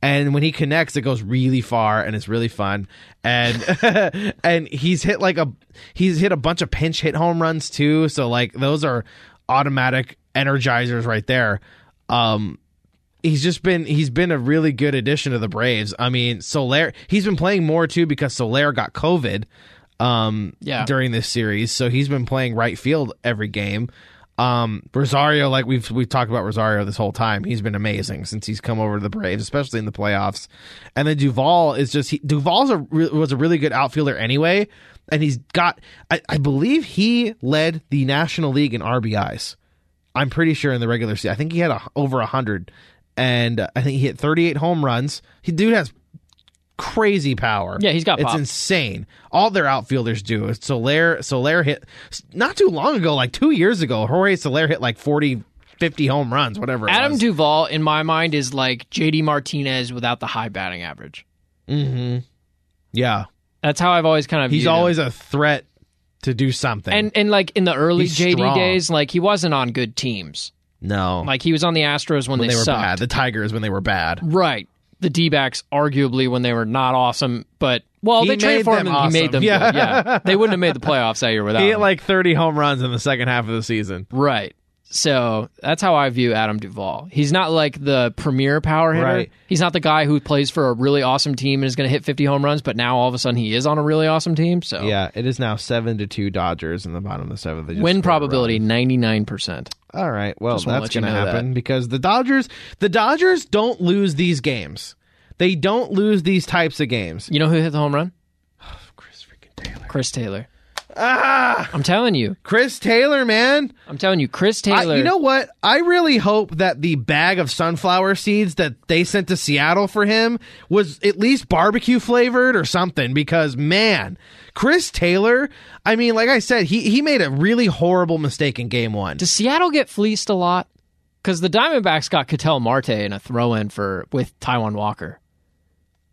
[SPEAKER 4] And when he connects, it goes really far and it's really fun. And and (laughs) he's hit like a he's hit a bunch of pinch hit home runs too. So like those are automatic energizers right there. Um he's just been he's been a really good addition to the Braves. I mean, Solaire he's been playing more too because Solaire got COVID um
[SPEAKER 2] Yeah.
[SPEAKER 4] during this series. So he's been playing right field every game. Um Rosario, like we've we've talked about Rosario this whole time. He's been amazing since he's come over to the Braves, especially in the playoffs. And then Duval is just he, Duval's a re- was a really good outfielder anyway, and he's got I, I believe he led the National League in RBIs. I'm pretty sure in the regular season. I think he had a, over 100 and uh, I think he hit 38 home runs. He dude has crazy power.
[SPEAKER 2] Yeah, he's got
[SPEAKER 4] It's
[SPEAKER 2] pop.
[SPEAKER 4] insane. All their outfielders do. Solaire Solaire hit not too long ago, like 2 years ago, Jorge Solaire hit like 40 50 home runs, whatever it
[SPEAKER 2] Adam
[SPEAKER 4] was.
[SPEAKER 2] Duvall, in my mind, is like JD Martinez without the high batting average.
[SPEAKER 4] Mm-hmm. yeah.
[SPEAKER 2] That's how I've always kind of.
[SPEAKER 4] He's
[SPEAKER 2] viewed him.
[SPEAKER 4] always a threat to do something.
[SPEAKER 2] and and like in the early
[SPEAKER 4] He's
[SPEAKER 2] JD
[SPEAKER 4] strong.
[SPEAKER 2] days, like he wasn't on good teams.
[SPEAKER 4] no.
[SPEAKER 2] Like he was on the Astros when,
[SPEAKER 4] when they, were
[SPEAKER 2] sucked.
[SPEAKER 4] bad. The Tigers when they were bad.
[SPEAKER 2] Right. The D backs, arguably, when they were not awesome, but well,
[SPEAKER 4] He
[SPEAKER 2] they traded
[SPEAKER 4] made
[SPEAKER 2] for him
[SPEAKER 4] them
[SPEAKER 2] and he made
[SPEAKER 4] awesome.
[SPEAKER 2] them.
[SPEAKER 4] Yeah.
[SPEAKER 2] good. yeah. They wouldn't have made the playoffs that year without
[SPEAKER 4] He
[SPEAKER 2] him.
[SPEAKER 4] hit like 30 home runs in the second half of the season.
[SPEAKER 2] Right. So that's how I view Adam Duvall. He's not like the premier power hitter.
[SPEAKER 4] Right.
[SPEAKER 2] He's not the guy who plays for a really awesome team and is going to hit 50 home runs, but now all of a sudden he is on a really awesome team. So
[SPEAKER 4] Yeah, it is now seven to two Dodgers in the bottom of the seventh. They just
[SPEAKER 2] win
[SPEAKER 4] scored a
[SPEAKER 2] probability 99%.
[SPEAKER 4] run. All right, well
[SPEAKER 2] wanna
[SPEAKER 4] that's
[SPEAKER 2] let you
[SPEAKER 4] going to
[SPEAKER 2] know
[SPEAKER 4] happen because the Dodgers, the Dodgers don't lose these games. They don't lose these types of games.
[SPEAKER 2] You know who hit the home run?
[SPEAKER 4] (sighs) Chris freaking Taylor.
[SPEAKER 2] Chris Taylor. Ah! I'm telling you.
[SPEAKER 4] Chris Taylor, man.
[SPEAKER 2] I'm telling you. Chris
[SPEAKER 4] I-
[SPEAKER 2] Taylor.
[SPEAKER 4] you know what? I really hope that the bag of sunflower seeds that they sent to Seattle for him was at least barbecue flavored or something because man, Chris Taylor, I mean, like I said, he he made a really horrible mistake in game 1.
[SPEAKER 2] Does Seattle get fleeced a lot? Because the Diamondbacks got Cattell Marte in a throw-in for with Taiwan Walker.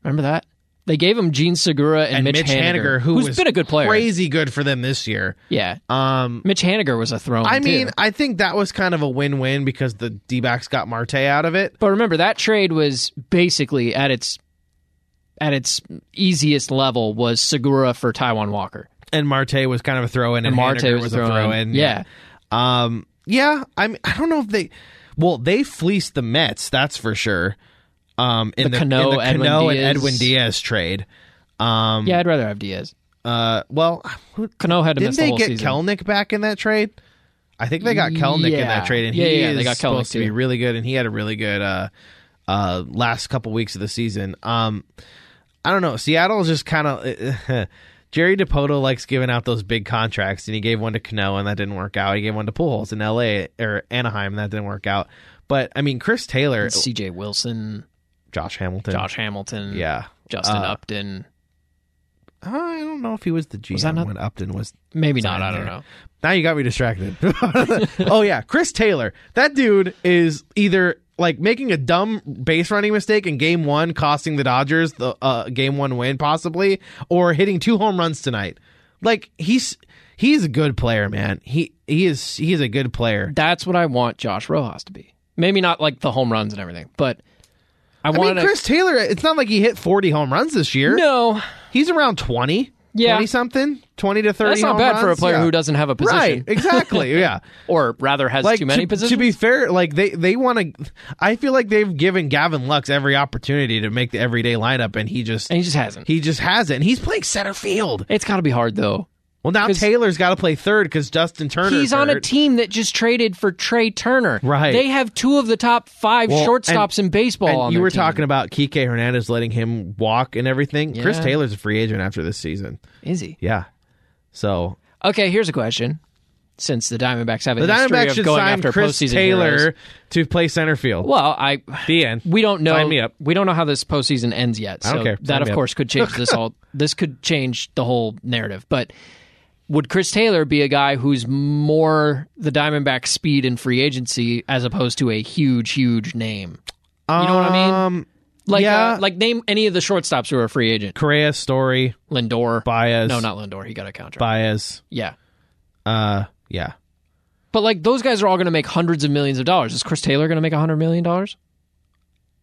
[SPEAKER 2] Remember that? They gave him Gene Segura and, Mitch, Haniger,
[SPEAKER 4] who
[SPEAKER 2] has
[SPEAKER 4] was
[SPEAKER 2] been a good player.
[SPEAKER 4] crazy good for them this year.
[SPEAKER 2] Yeah,
[SPEAKER 4] Um
[SPEAKER 2] Mitch Haniger was a throw-in.
[SPEAKER 4] I mean,
[SPEAKER 2] too.
[SPEAKER 4] I think that was kind of a win-win because the D-backs got Marte out of it.
[SPEAKER 2] but remember that trade was basically at its at its easiest level was Segura for Taiwan Walker.
[SPEAKER 4] and Marte was kind of a throw in, and,
[SPEAKER 2] Marte
[SPEAKER 4] Haniger
[SPEAKER 2] was a throw-in. Yeah.
[SPEAKER 4] Yeah. Um, yeah, I mean, I don't know if they. Well, they fleeced the Mets, that's for sure. Um, in the,
[SPEAKER 2] Cano,
[SPEAKER 4] in the
[SPEAKER 2] Edwin
[SPEAKER 4] Cano and
[SPEAKER 2] Diaz.
[SPEAKER 4] Edwin Diaz trade. Um,
[SPEAKER 2] Yeah, I'd rather have Diaz.
[SPEAKER 4] uh, well, who,
[SPEAKER 2] Cano had to
[SPEAKER 4] didn't
[SPEAKER 2] miss the
[SPEAKER 4] they
[SPEAKER 2] whole
[SPEAKER 4] get
[SPEAKER 2] season.
[SPEAKER 4] Kelnick back in that trade? I think they got Kelnick in
[SPEAKER 2] Yeah.
[SPEAKER 4] that trade, and
[SPEAKER 2] Yeah,
[SPEAKER 4] he
[SPEAKER 2] yeah,
[SPEAKER 4] is
[SPEAKER 2] they got Kelnick
[SPEAKER 4] supposed to be
[SPEAKER 2] too.
[SPEAKER 4] really good, and he had a really good uh, uh, last couple weeks of the season. Um, I don't know. Seattle's just kind of (laughs) Jerry Depoto likes giving out those big contracts, and he gave one to Cano, and that didn't work out. He gave one to Pujols in L.A. or Anaheim, and that didn't work out. But I mean, Chris Taylor,
[SPEAKER 2] C.J. Wilson,
[SPEAKER 4] Josh Hamilton,
[SPEAKER 2] Josh Hamilton,
[SPEAKER 4] yeah,
[SPEAKER 2] Justin
[SPEAKER 4] Uh,
[SPEAKER 2] Upton.
[SPEAKER 4] I don't know if he was the GM
[SPEAKER 2] that not-
[SPEAKER 4] when Upton was
[SPEAKER 2] Maybe
[SPEAKER 4] not
[SPEAKER 2] not. I
[SPEAKER 4] in
[SPEAKER 2] don't
[SPEAKER 4] there.
[SPEAKER 2] know.
[SPEAKER 4] Now you got me distracted. (laughs) oh yeah, Chris Taylor. That dude is either like making a dumb base running mistake in game 1 costing the Dodgers the uh, game 1 win possibly or hitting two home runs tonight. Like he's he's a good player, man. He he is he's a good player.
[SPEAKER 2] That's what I want Josh Rojas to be. Maybe not like the home runs and everything, but I,
[SPEAKER 4] I mean,
[SPEAKER 2] want
[SPEAKER 4] Chris Taylor, it's not like he hit 40 home runs this year.
[SPEAKER 2] No,
[SPEAKER 4] He's around 20.
[SPEAKER 2] Yeah.
[SPEAKER 4] 20 something, 20 to 30
[SPEAKER 2] that's not
[SPEAKER 4] home
[SPEAKER 2] bad for a
[SPEAKER 4] runs.
[SPEAKER 2] player
[SPEAKER 4] Yeah.
[SPEAKER 2] who doesn't have a position,
[SPEAKER 4] Right,
[SPEAKER 2] (laughs)
[SPEAKER 4] exactly. Yeah.
[SPEAKER 2] or rather has
[SPEAKER 4] like
[SPEAKER 2] too many
[SPEAKER 4] to,
[SPEAKER 2] positions.
[SPEAKER 4] to be fair, like they they want to. I feel like they've given Gavin Lux every opportunity to make the everyday lineup, and he just
[SPEAKER 2] and he just hasn't.
[SPEAKER 4] he just hasn't. He's playing center field.
[SPEAKER 2] it's got to be hard though.
[SPEAKER 4] Well, now
[SPEAKER 2] 'Cause-
[SPEAKER 4] Taylor's got to play third because Justin Turner.
[SPEAKER 2] He's on a team that just traded for Trey Turner.
[SPEAKER 4] Right.
[SPEAKER 2] They have two of the top five
[SPEAKER 4] Well,
[SPEAKER 2] shortstops in baseball.
[SPEAKER 4] And
[SPEAKER 2] on
[SPEAKER 4] you
[SPEAKER 2] their
[SPEAKER 4] were
[SPEAKER 2] team.
[SPEAKER 4] talking about Kike Hernandez letting him walk and everything. Chris
[SPEAKER 2] Yeah.
[SPEAKER 4] Taylor's a free agent after this season.
[SPEAKER 2] Is he?
[SPEAKER 4] Yeah. So
[SPEAKER 2] Okay. Here's a question. Since the Diamondbacks have a
[SPEAKER 4] the
[SPEAKER 2] history
[SPEAKER 4] Diamondbacks
[SPEAKER 2] of
[SPEAKER 4] should
[SPEAKER 2] going
[SPEAKER 4] sign
[SPEAKER 2] after
[SPEAKER 4] Chris
[SPEAKER 2] postseason
[SPEAKER 4] Taylor
[SPEAKER 2] heroes-
[SPEAKER 4] to play center field.
[SPEAKER 2] well, I
[SPEAKER 4] the end.
[SPEAKER 2] we don't know.
[SPEAKER 4] Sign me up.
[SPEAKER 2] We don't know how this postseason ends yet. So
[SPEAKER 4] don't care. Sign
[SPEAKER 2] that,
[SPEAKER 4] me
[SPEAKER 2] of
[SPEAKER 4] up.
[SPEAKER 2] course, could change this
[SPEAKER 4] (laughs)
[SPEAKER 2] all. This could change the whole narrative. But would Chris Taylor be a guy who's more the Diamondback speed in free agency as opposed to a huge, huge name? You know what I mean?
[SPEAKER 4] Um,
[SPEAKER 2] Like,
[SPEAKER 4] yeah.
[SPEAKER 2] uh, like name any of the shortstops who are a free agent.
[SPEAKER 4] Correa, Story,
[SPEAKER 2] Lindor.
[SPEAKER 4] Baez.
[SPEAKER 2] No, not Lindor. He got a contract.
[SPEAKER 4] Baez.
[SPEAKER 2] Yeah.
[SPEAKER 4] Uh, yeah.
[SPEAKER 2] But like those guys are all going to make hundreds of millions of dollars. Is Chris Taylor going to make a hundred million dollars?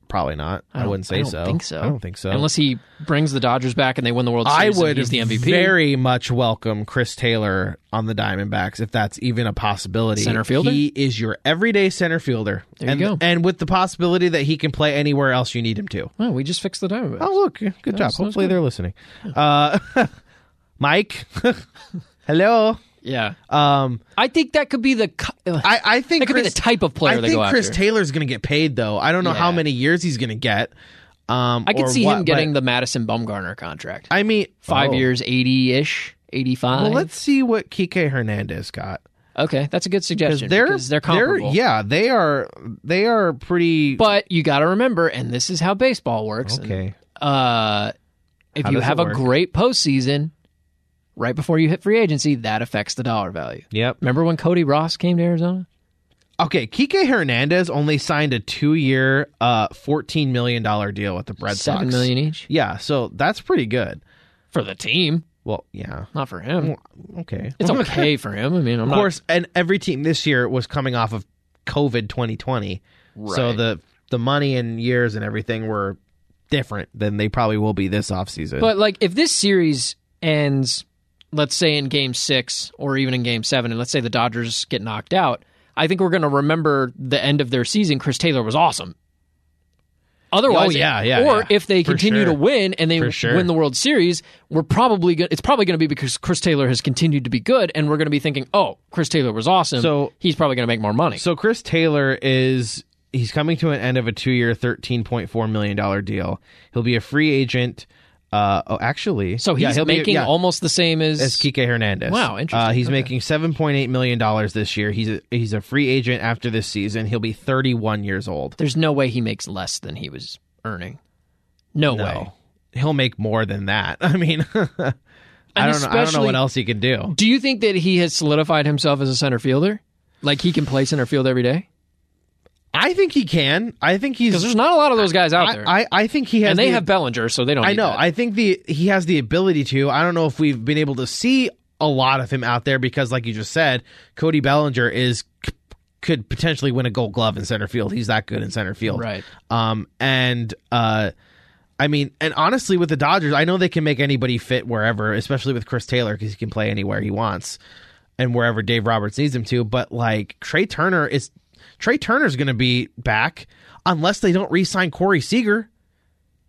[SPEAKER 4] Probably not. I,
[SPEAKER 2] don't-
[SPEAKER 4] wouldn't say
[SPEAKER 2] I don't
[SPEAKER 4] so.
[SPEAKER 2] Think so.
[SPEAKER 4] I don't think so.
[SPEAKER 2] Unless he brings the Dodgers back and they win the World
[SPEAKER 4] I
[SPEAKER 2] Series, and
[SPEAKER 4] would
[SPEAKER 2] he's the MVP.
[SPEAKER 4] very much welcome Chris Taylor on the Diamondbacks if that's even a possibility.
[SPEAKER 2] Center fielder?
[SPEAKER 4] He is your everyday center fielder.
[SPEAKER 2] There you
[SPEAKER 4] and,
[SPEAKER 2] go.
[SPEAKER 4] and with the possibility that he can play anywhere else you need him to.
[SPEAKER 2] Well, we just fixed the Diamondbacks.
[SPEAKER 4] Oh, look. Good job.
[SPEAKER 2] sounds
[SPEAKER 4] Hopefully they're listening.
[SPEAKER 2] (laughs)
[SPEAKER 4] Uh, Mike. Hello.
[SPEAKER 2] Yeah,
[SPEAKER 4] Um,
[SPEAKER 2] I think that could be the. cu- ugh.
[SPEAKER 4] I, I think
[SPEAKER 2] That could be
[SPEAKER 4] Chris-
[SPEAKER 2] the type of player
[SPEAKER 4] I
[SPEAKER 2] they
[SPEAKER 4] think
[SPEAKER 2] go
[SPEAKER 4] Chris
[SPEAKER 2] after.
[SPEAKER 4] Taylor's going to get paid though. I don't know how
[SPEAKER 2] Yeah.
[SPEAKER 4] many years he's going to get. Um,
[SPEAKER 2] I could
[SPEAKER 4] or
[SPEAKER 2] see him
[SPEAKER 4] what, but
[SPEAKER 2] getting the Madison Bumgarner contract.
[SPEAKER 4] I mean,
[SPEAKER 2] Five
[SPEAKER 4] oh.
[SPEAKER 2] years, eighty ish, eighty five.
[SPEAKER 4] Well, let's see what Kike Hernandez got.
[SPEAKER 2] okay, that's a good suggestion
[SPEAKER 4] They're
[SPEAKER 2] because they're comparable.
[SPEAKER 4] yeah, they are. They are pretty.
[SPEAKER 2] but you got to remember, and this is how baseball works. and,
[SPEAKER 4] okay,
[SPEAKER 2] uh, if
[SPEAKER 4] How
[SPEAKER 2] you
[SPEAKER 4] does it
[SPEAKER 2] have a
[SPEAKER 4] work?
[SPEAKER 2] great postseason, right before you hit free agency, that affects the dollar value.
[SPEAKER 4] yep.
[SPEAKER 2] Remember when Cody Ross came to Arizona?
[SPEAKER 4] Okay, Kike Hernandez only signed a two-year, uh, fourteen million dollar deal with the Red
[SPEAKER 2] Seven
[SPEAKER 4] Sox.
[SPEAKER 2] million each
[SPEAKER 4] Yeah, so that's pretty good.
[SPEAKER 2] for the team,
[SPEAKER 4] Well, yeah.
[SPEAKER 2] not for him.
[SPEAKER 4] Okay. (laughs)
[SPEAKER 2] It's okay for him. I mean, I'm
[SPEAKER 4] of course, and every team this year was coming off of COVID twenty twenty, so
[SPEAKER 2] Right.
[SPEAKER 4] the the money and years and everything were different than they probably will be this offseason.
[SPEAKER 2] But like, if this series ends, let's say in Game Six or even in Game Seven, and let's say the Dodgers get knocked out, I think we're going to remember the end of their season. Chris Taylor was awesome. Otherwise,
[SPEAKER 4] Oh, yeah, yeah,
[SPEAKER 2] Or
[SPEAKER 4] yeah.
[SPEAKER 2] if they
[SPEAKER 4] For
[SPEAKER 2] continue to
[SPEAKER 4] sure.
[SPEAKER 2] win and they
[SPEAKER 4] For sure.
[SPEAKER 2] win the World Series, we're probably go- it's probably going to be because Chris Taylor has continued to be good, and we're going to be thinking, oh, Chris Taylor was awesome,
[SPEAKER 4] So-
[SPEAKER 2] he's probably going to make more money.
[SPEAKER 4] So Chris Taylor is he's coming to an end of a two year thirteen point four million dollar deal. He'll be a free agent. Uh, oh, actually,
[SPEAKER 2] So
[SPEAKER 4] yeah,
[SPEAKER 2] he's
[SPEAKER 4] he'll be-
[SPEAKER 2] making
[SPEAKER 4] yeah,
[SPEAKER 2] almost the same as,
[SPEAKER 4] as Kike Hernandez.
[SPEAKER 2] Wow, interesting.
[SPEAKER 4] Uh, he's making seven point eight million dollars this year. He's a, he's a free agent after this season. He'll be thirty one years old.
[SPEAKER 2] There's no way he makes less than he was earning. No, way.
[SPEAKER 4] He'll make more than that. (laughs) I mean, I don't know. I don't know
[SPEAKER 2] especially-
[SPEAKER 4] what else he can do.
[SPEAKER 2] Do you think that he has solidified himself as a center fielder? Like he can play center field every day?
[SPEAKER 4] I think he can. I think he's.
[SPEAKER 2] Because there's not a lot of those guys out there.
[SPEAKER 4] I, I I think he has.
[SPEAKER 2] and they
[SPEAKER 4] the-
[SPEAKER 2] have Bellinger, so they don't.
[SPEAKER 4] I
[SPEAKER 2] need
[SPEAKER 4] know.
[SPEAKER 2] that.
[SPEAKER 4] I think the he has the ability to. I don't know if we've been able to see a lot of him out there because, like you just said, Cody Bellinger is c- could potentially win a Gold Glove in center field. He's that good in center field,
[SPEAKER 2] Right.
[SPEAKER 4] Um, and uh, I mean, and honestly, with the Dodgers, I know they can make anybody fit wherever, especially with Chris Taylor because he can play anywhere he wants and wherever Dave Roberts needs him to. But like Trey Turner is Trey Turner's going to be back unless they don't re-sign Corey Seager.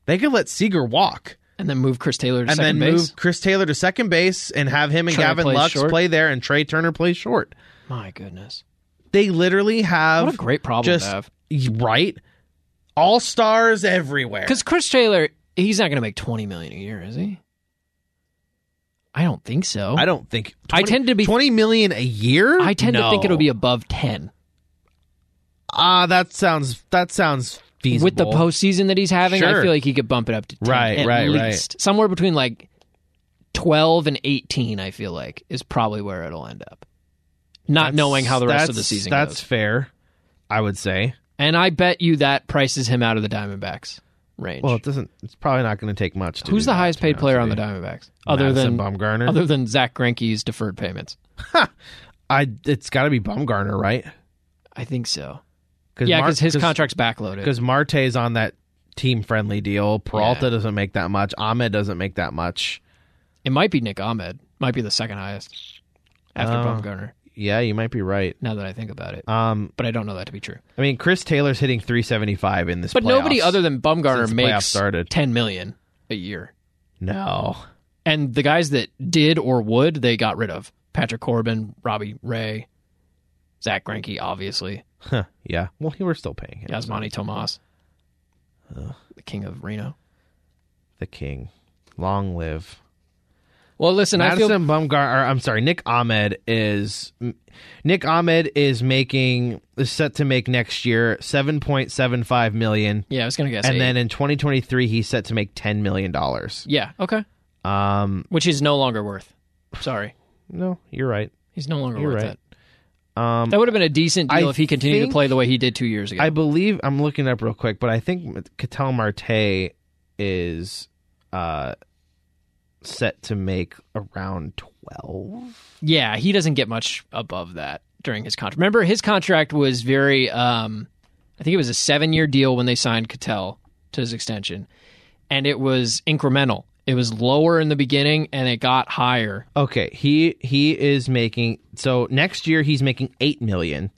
[SPEAKER 4] They could let Seager walk
[SPEAKER 2] and then move Chris Taylor to
[SPEAKER 4] and
[SPEAKER 2] second
[SPEAKER 4] then
[SPEAKER 2] base.
[SPEAKER 4] move Chris Taylor to second base and have him and
[SPEAKER 2] Turner
[SPEAKER 4] Gavin
[SPEAKER 2] plays
[SPEAKER 4] Lux
[SPEAKER 2] short.
[SPEAKER 4] play there and Trey Turner plays short.
[SPEAKER 2] My goodness,
[SPEAKER 4] They literally have
[SPEAKER 2] what a great problem
[SPEAKER 4] just
[SPEAKER 2] to have.
[SPEAKER 4] right all stars everywhere.
[SPEAKER 2] Because Chris Taylor, he's not going to make twenty million a year, is he? I don't think so.
[SPEAKER 4] I don't think
[SPEAKER 2] Oh. I tend to be-
[SPEAKER 4] twenty million a year.
[SPEAKER 2] I tend to think
[SPEAKER 4] No.
[SPEAKER 2] it'll be above ten
[SPEAKER 4] ah. that sounds that sounds feasible
[SPEAKER 2] with the postseason that he's having. I
[SPEAKER 4] Sure.
[SPEAKER 2] feel like he could bump it up to 10,
[SPEAKER 4] Right,
[SPEAKER 2] at
[SPEAKER 4] right, right.
[SPEAKER 2] least somewhere between like twelve and eighteen. I feel like is probably where it'll end up. Not knowing how the rest of the
[SPEAKER 4] That's-
[SPEAKER 2] season
[SPEAKER 4] That's
[SPEAKER 2] goes,
[SPEAKER 4] fair. I would say.
[SPEAKER 2] and I bet you that prices him out of the Diamondbacks range.
[SPEAKER 4] Well, it doesn't. It's probably not going to take much. To
[SPEAKER 2] Who's
[SPEAKER 4] do
[SPEAKER 2] the
[SPEAKER 4] that,
[SPEAKER 2] highest
[SPEAKER 4] to
[SPEAKER 2] paid
[SPEAKER 4] be
[SPEAKER 2] player on
[SPEAKER 4] honest
[SPEAKER 2] the
[SPEAKER 4] with you.
[SPEAKER 2] Diamondbacks other
[SPEAKER 4] Madison
[SPEAKER 2] than
[SPEAKER 4] Bumgarner?
[SPEAKER 2] other than Zach Greinke's deferred payments?
[SPEAKER 4] I. It's got to be Bumgarner, right?
[SPEAKER 2] I think so.
[SPEAKER 4] Cause
[SPEAKER 2] yeah,
[SPEAKER 4] Mar-
[SPEAKER 2] because his contract's backloaded.
[SPEAKER 4] because Marte's on that team friendly deal. Peralta doesn't make that much. Ahmed doesn't make that much.
[SPEAKER 2] It might be Nick Ahmed. Might be the second highest after
[SPEAKER 4] Oh.
[SPEAKER 2] Bumgarner.
[SPEAKER 4] Yeah, you might be right.
[SPEAKER 2] Now that I think about it,
[SPEAKER 4] Um,
[SPEAKER 2] but I don't know that to be true.
[SPEAKER 4] I mean, Chris Taylor's hitting 375 in this,
[SPEAKER 2] But nobody
[SPEAKER 4] playoffs.
[SPEAKER 2] other than Bumgarner
[SPEAKER 4] since the playoffs
[SPEAKER 2] makes
[SPEAKER 4] started.
[SPEAKER 2] ten million a year,
[SPEAKER 4] no. (laughs)
[SPEAKER 2] and the guys that did or would they got rid of Patrick Corbin, Robbie Ray, Zach Greinke, obviously
[SPEAKER 4] Huh, yeah. Well, he we're still paying him.
[SPEAKER 2] Yasmani Tomas, the king of Reno.
[SPEAKER 4] The king. Long live.
[SPEAKER 2] Well, listen, I feel
[SPEAKER 4] Madison Bumgarner. Or, I'm sorry. Nick Ahmed is Nick Ahmed is making is set to make next year 7.75 million,
[SPEAKER 2] yeah, I was gonna guess,
[SPEAKER 4] and
[SPEAKER 2] eight.
[SPEAKER 4] then in 2023 he's set to make 10 million dollars.
[SPEAKER 2] yeah, okay,
[SPEAKER 4] Um,
[SPEAKER 2] which he's no longer worth. Sorry,
[SPEAKER 4] no, you're right.
[SPEAKER 2] he's no longer
[SPEAKER 4] You're
[SPEAKER 2] worth
[SPEAKER 4] right.
[SPEAKER 2] that.
[SPEAKER 4] Um,
[SPEAKER 2] that would have been a decent deal
[SPEAKER 4] I
[SPEAKER 2] if he continued to
[SPEAKER 4] think-
[SPEAKER 2] play the way he did two years ago.
[SPEAKER 4] I believe I'm looking up real quick, but I think Cattell Marte is uh, set to make around twelve.
[SPEAKER 2] Yeah, he doesn't get much above that during his contract. Remember, his contract was very, um, I think it was a seven year deal when they signed Cattell to his extension, and it was incremental. It was lower in the beginning and it got higher.
[SPEAKER 4] Okay, he he is making so next year he's making eight million,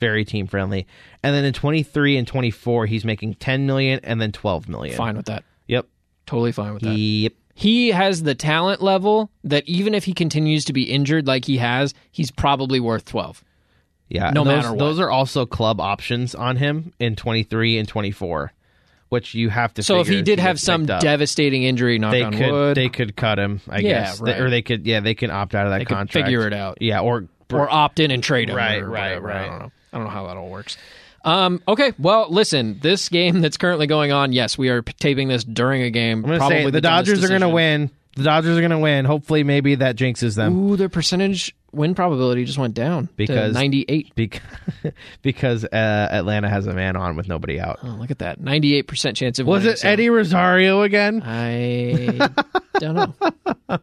[SPEAKER 4] very team friendly, and then in twenty three and twenty four he's making ten million and then twelve million.
[SPEAKER 2] Fine Uh, with that.
[SPEAKER 4] Yep.
[SPEAKER 2] Totally fine with that.
[SPEAKER 4] Yep.
[SPEAKER 2] He has the talent level that even if he continues to be injured like he has, he's probably worth 12.
[SPEAKER 4] Yeah.
[SPEAKER 2] No
[SPEAKER 4] and those,
[SPEAKER 2] matter what.
[SPEAKER 4] Those are also club options on him in twenty three and twenty four, which you have to.
[SPEAKER 2] So if
[SPEAKER 4] figure
[SPEAKER 2] he did
[SPEAKER 4] gets
[SPEAKER 2] have some
[SPEAKER 4] picked up.
[SPEAKER 2] devastating injury, knock
[SPEAKER 4] they
[SPEAKER 2] on
[SPEAKER 4] could
[SPEAKER 2] wood,
[SPEAKER 4] they could cut him, I
[SPEAKER 2] Yeah,
[SPEAKER 4] guess, They- or
[SPEAKER 2] right.
[SPEAKER 4] they could yeah they can opt out of that
[SPEAKER 2] they could
[SPEAKER 4] contract.
[SPEAKER 2] figure it out.
[SPEAKER 4] Yeah, or
[SPEAKER 2] or opt in and trade him.
[SPEAKER 4] Right,
[SPEAKER 2] or
[SPEAKER 4] right,
[SPEAKER 2] whatever. I
[SPEAKER 4] right.
[SPEAKER 2] don't know. I don't know how that all works. Um, okay, well, listen, this game that's currently going on. Yes, we are p- taping this during a game.
[SPEAKER 4] I'm gonna
[SPEAKER 2] probably
[SPEAKER 4] say the
[SPEAKER 2] dumbest
[SPEAKER 4] Dodgers are gonna
[SPEAKER 2] decision.
[SPEAKER 4] win. The Dodgers are gonna win. Hopefully, maybe that jinxes them
[SPEAKER 2] Ooh, their percentage win probability just went down
[SPEAKER 4] Because-
[SPEAKER 2] ninety-eight.
[SPEAKER 4] because (laughs) because uh, Atlanta has a man on with nobody out.
[SPEAKER 2] Oh, look at that, ninety-eight percent chance of
[SPEAKER 4] Was
[SPEAKER 2] winning,
[SPEAKER 4] it
[SPEAKER 2] so-
[SPEAKER 4] Eddie Rosario again?
[SPEAKER 2] I don't know.
[SPEAKER 4] (laughs)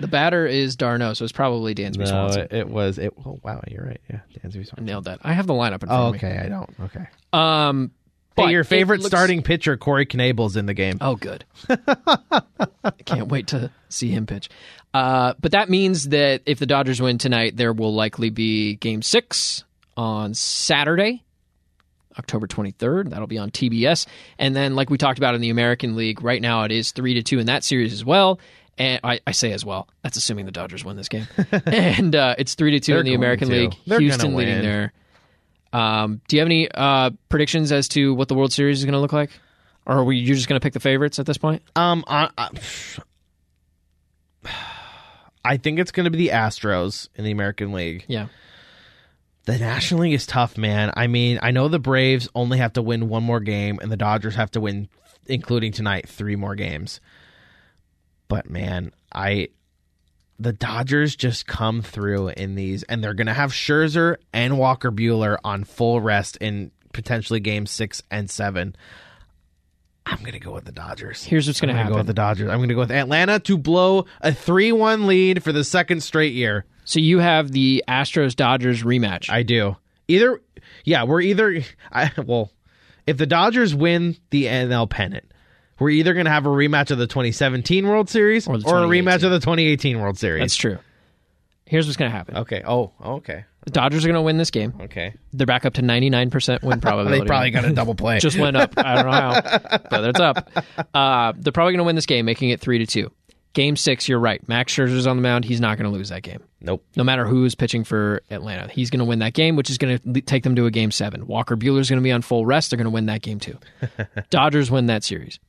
[SPEAKER 2] The batter is Darno, so it's probably Dansby Swanson.
[SPEAKER 4] it, it was. It. Oh wow, you're right. Yeah, Dansby Swanson.
[SPEAKER 2] Nailed that. I have the lineup in front
[SPEAKER 4] Oh,
[SPEAKER 2] of me.
[SPEAKER 4] okay, I don't. Okay.
[SPEAKER 2] Um, but
[SPEAKER 4] Hey, your
[SPEAKER 2] it
[SPEAKER 4] favorite
[SPEAKER 2] looks-
[SPEAKER 4] starting pitcher, Corey Knable's in the game.
[SPEAKER 2] Oh, good. I can't wait to see him pitch. Uh, but that means that if the Dodgers win tonight, there will likely be game six on Saturday, October 23rd. That'll be on TBS. And then, like we talked about in the American League, right now it is three to two in that series as well. And I, I say as well. That's assuming the Dodgers win this
[SPEAKER 4] (laughs)
[SPEAKER 2] game. and uh, it's three to 2 in the
[SPEAKER 4] going
[SPEAKER 2] American
[SPEAKER 4] to.
[SPEAKER 2] League.
[SPEAKER 4] They're gonna
[SPEAKER 2] Houston leading
[SPEAKER 4] win.
[SPEAKER 2] there. Um, do you have any uh, predictions as to what the World Series is going to look like? Or are we, you're just going to pick the favorites at this point?
[SPEAKER 4] Um, I, I, (sighs) I think it's going to be the Astros in the American League.
[SPEAKER 2] Yeah.
[SPEAKER 4] The National League is tough, man. I mean, I know the Braves only have to win one more game, and the Dodgers have to win, including tonight, three more games. But man, I the Dodgers just come through in these, and they're gonna have Scherzer and Walker Bueller on full rest in potentially Game Six and Seven. I'm gonna go with the Dodgers.
[SPEAKER 2] Here's what's going to
[SPEAKER 4] I'm gonna go
[SPEAKER 2] happen.
[SPEAKER 4] with the Dodgers. I'm gonna go with Atlanta to blow a three-one lead for the second straight year.
[SPEAKER 2] so you have the Astros Dodgers rematch.
[SPEAKER 4] I do. Either, yeah, we're either. I well, if the Dodgers win the NL pennant, we're either going to have a rematch of the 2017 World Series or,
[SPEAKER 2] the
[SPEAKER 4] a rematch
[SPEAKER 2] 2018.
[SPEAKER 4] of the 2018 World Series.
[SPEAKER 2] That's true. Here's what's going to happen.
[SPEAKER 4] okay. Oh, okay.
[SPEAKER 2] The Dodgers are going to win this game.
[SPEAKER 4] Okay.
[SPEAKER 2] They're back up to 99% win probability.
[SPEAKER 4] (laughs) They probably got a (laughs) double play.
[SPEAKER 2] (laughs) just went up. I don't know how, but it's up. Uh, they're probably going to win this game, making it 3 to 2. Game 6, you're right. Max Scherzer's on the mound. He's not going to lose that game.
[SPEAKER 4] nope.
[SPEAKER 2] No matter who is pitching for Atlanta, he's going to win that game, which is going to take them to a game 7. Walker Bueller's going to be on full rest. They're going to win that game
[SPEAKER 4] (laughs)
[SPEAKER 2] too. Dodgers win that series.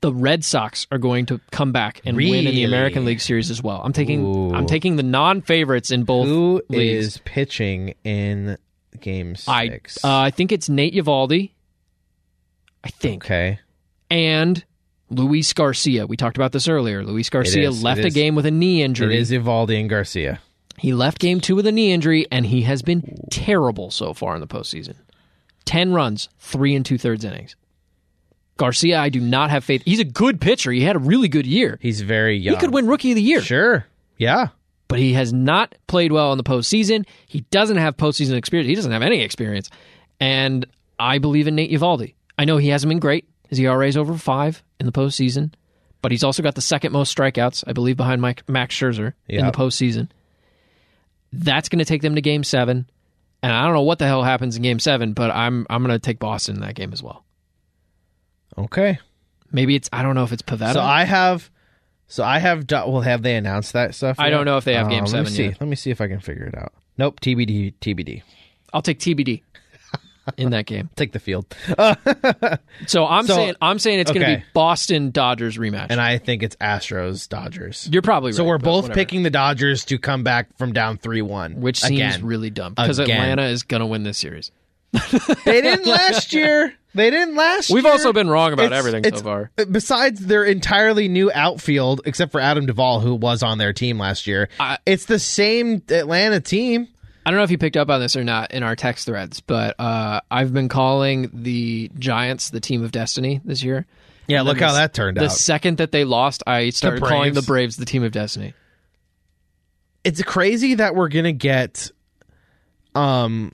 [SPEAKER 2] The Red Sox are going to come back and win in the
[SPEAKER 4] Really?
[SPEAKER 2] American League Series as well. I'm taking I'm taking the non-favorites in both
[SPEAKER 4] Who is
[SPEAKER 2] leagues.
[SPEAKER 4] pitching in Game Six?
[SPEAKER 2] I uh, I think it's Nate Uvalde. I think
[SPEAKER 4] okay.
[SPEAKER 2] and Luis Garcia. We talked about this earlier. Luis Garcia
[SPEAKER 4] is,
[SPEAKER 2] left
[SPEAKER 4] it
[SPEAKER 2] a
[SPEAKER 4] is.
[SPEAKER 2] game with a knee
[SPEAKER 4] It
[SPEAKER 2] injury.
[SPEAKER 4] is Ivaldi and Garcia.
[SPEAKER 2] He left game two with a knee injury, and he has been terrible so far in the postseason. Ten runs, three and two thirds innings. Garcia, I do not have faith. He's a good pitcher. He had a really good year.
[SPEAKER 4] He's very young.
[SPEAKER 2] He could win Rookie of the Year,
[SPEAKER 4] Sure. Yeah.
[SPEAKER 2] but he has not played well in the postseason. He doesn't have postseason experience. He doesn't have any experience. And I believe in Nate Uvalde. I know he hasn't been great. His ERA is over five in the postseason, but he's also got the second most strikeouts, I believe, behind Mike, Max Scherzer in the
[SPEAKER 4] Yeah.
[SPEAKER 2] postseason. That's going to take them to Game Seven, and I don't know what the hell happens in Game Seven, but I'm I'm going to take Boston in that game as well.
[SPEAKER 4] Okay.
[SPEAKER 2] Maybe it's I don't know if it's Pavetta.
[SPEAKER 4] So I have, so I have. do- Well, have they announced that stuff?
[SPEAKER 2] I
[SPEAKER 4] yet? Um,
[SPEAKER 2] don't know if they have Game
[SPEAKER 4] let
[SPEAKER 2] Seven
[SPEAKER 4] Me see.
[SPEAKER 2] yet.
[SPEAKER 4] Let me see if I can figure it out. Nope. TBD. TBD.
[SPEAKER 2] I'll take TBD in that game.
[SPEAKER 4] Take the field.
[SPEAKER 2] Uh, So I'm
[SPEAKER 4] So-
[SPEAKER 2] saying I'm saying it's going to
[SPEAKER 4] okay.
[SPEAKER 2] be Boston Dodgers rematch.
[SPEAKER 4] And I think it's Astros Dodgers.
[SPEAKER 2] You're probably right.
[SPEAKER 4] So we're
[SPEAKER 2] but
[SPEAKER 4] both
[SPEAKER 2] whatever.
[SPEAKER 4] picking the Dodgers to come back from down three one,
[SPEAKER 2] which seems
[SPEAKER 4] again.
[SPEAKER 2] really dumb because
[SPEAKER 4] Again.
[SPEAKER 2] Atlanta is going to win this series. (laughs)
[SPEAKER 4] they didn't last year. They didn't last.
[SPEAKER 2] We've
[SPEAKER 4] year.
[SPEAKER 2] also been wrong about
[SPEAKER 4] It's-
[SPEAKER 2] everything
[SPEAKER 4] it's-
[SPEAKER 2] so far.
[SPEAKER 4] Besides their entirely new outfield, except for Adam Duvall, who was on their team last year,
[SPEAKER 2] I-
[SPEAKER 4] it's the same Atlanta team.
[SPEAKER 2] I don't know if you picked up on this or not in our text threads, but uh, I've been calling the Giants the team of destiny this year.
[SPEAKER 4] Yeah,
[SPEAKER 2] And
[SPEAKER 4] look
[SPEAKER 2] then
[SPEAKER 4] how
[SPEAKER 2] the-
[SPEAKER 4] that turned
[SPEAKER 2] the
[SPEAKER 4] out.
[SPEAKER 2] second that they lost, I started calling
[SPEAKER 4] Braves.
[SPEAKER 2] the Braves the team of destiny.
[SPEAKER 4] it's crazy that we're gonna get um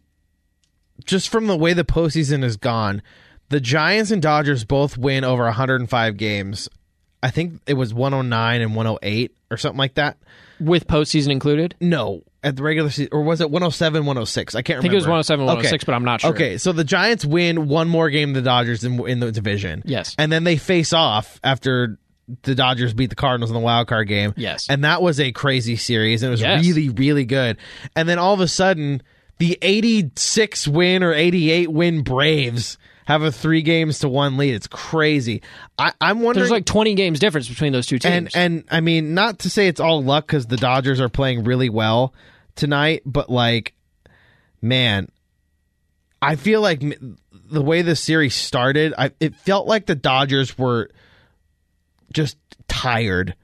[SPEAKER 4] just from the way the postseason has gone, the Giants and Dodgers both win over 105 games. I think it was 109 and 108 or something like that.
[SPEAKER 2] With postseason included,
[SPEAKER 4] No, at the regular season, or was it 107, 106? I can't remember.
[SPEAKER 2] I think it was 107, 106,
[SPEAKER 4] Okay.
[SPEAKER 2] but I'm not sure.
[SPEAKER 4] Okay, so the Giants win one more game than the Dodgers in, in the division.
[SPEAKER 2] Yes.
[SPEAKER 4] And then they face off after the Dodgers beat the Cardinals in the wild card game.
[SPEAKER 2] Yes.
[SPEAKER 4] And that was a crazy series and it was
[SPEAKER 2] Yes.
[SPEAKER 4] really really good. And then all of a sudden, the 86 win or 88 win Braves have a 3 games to 1 lead. It's crazy. I I'm wondering
[SPEAKER 2] There's like 20 games difference between those two teams.
[SPEAKER 4] and and I mean, not to say it's all luck because the Dodgers are playing really well tonight, but like, man, I feel like m- the way the series started, I it felt like the Dodgers were just tired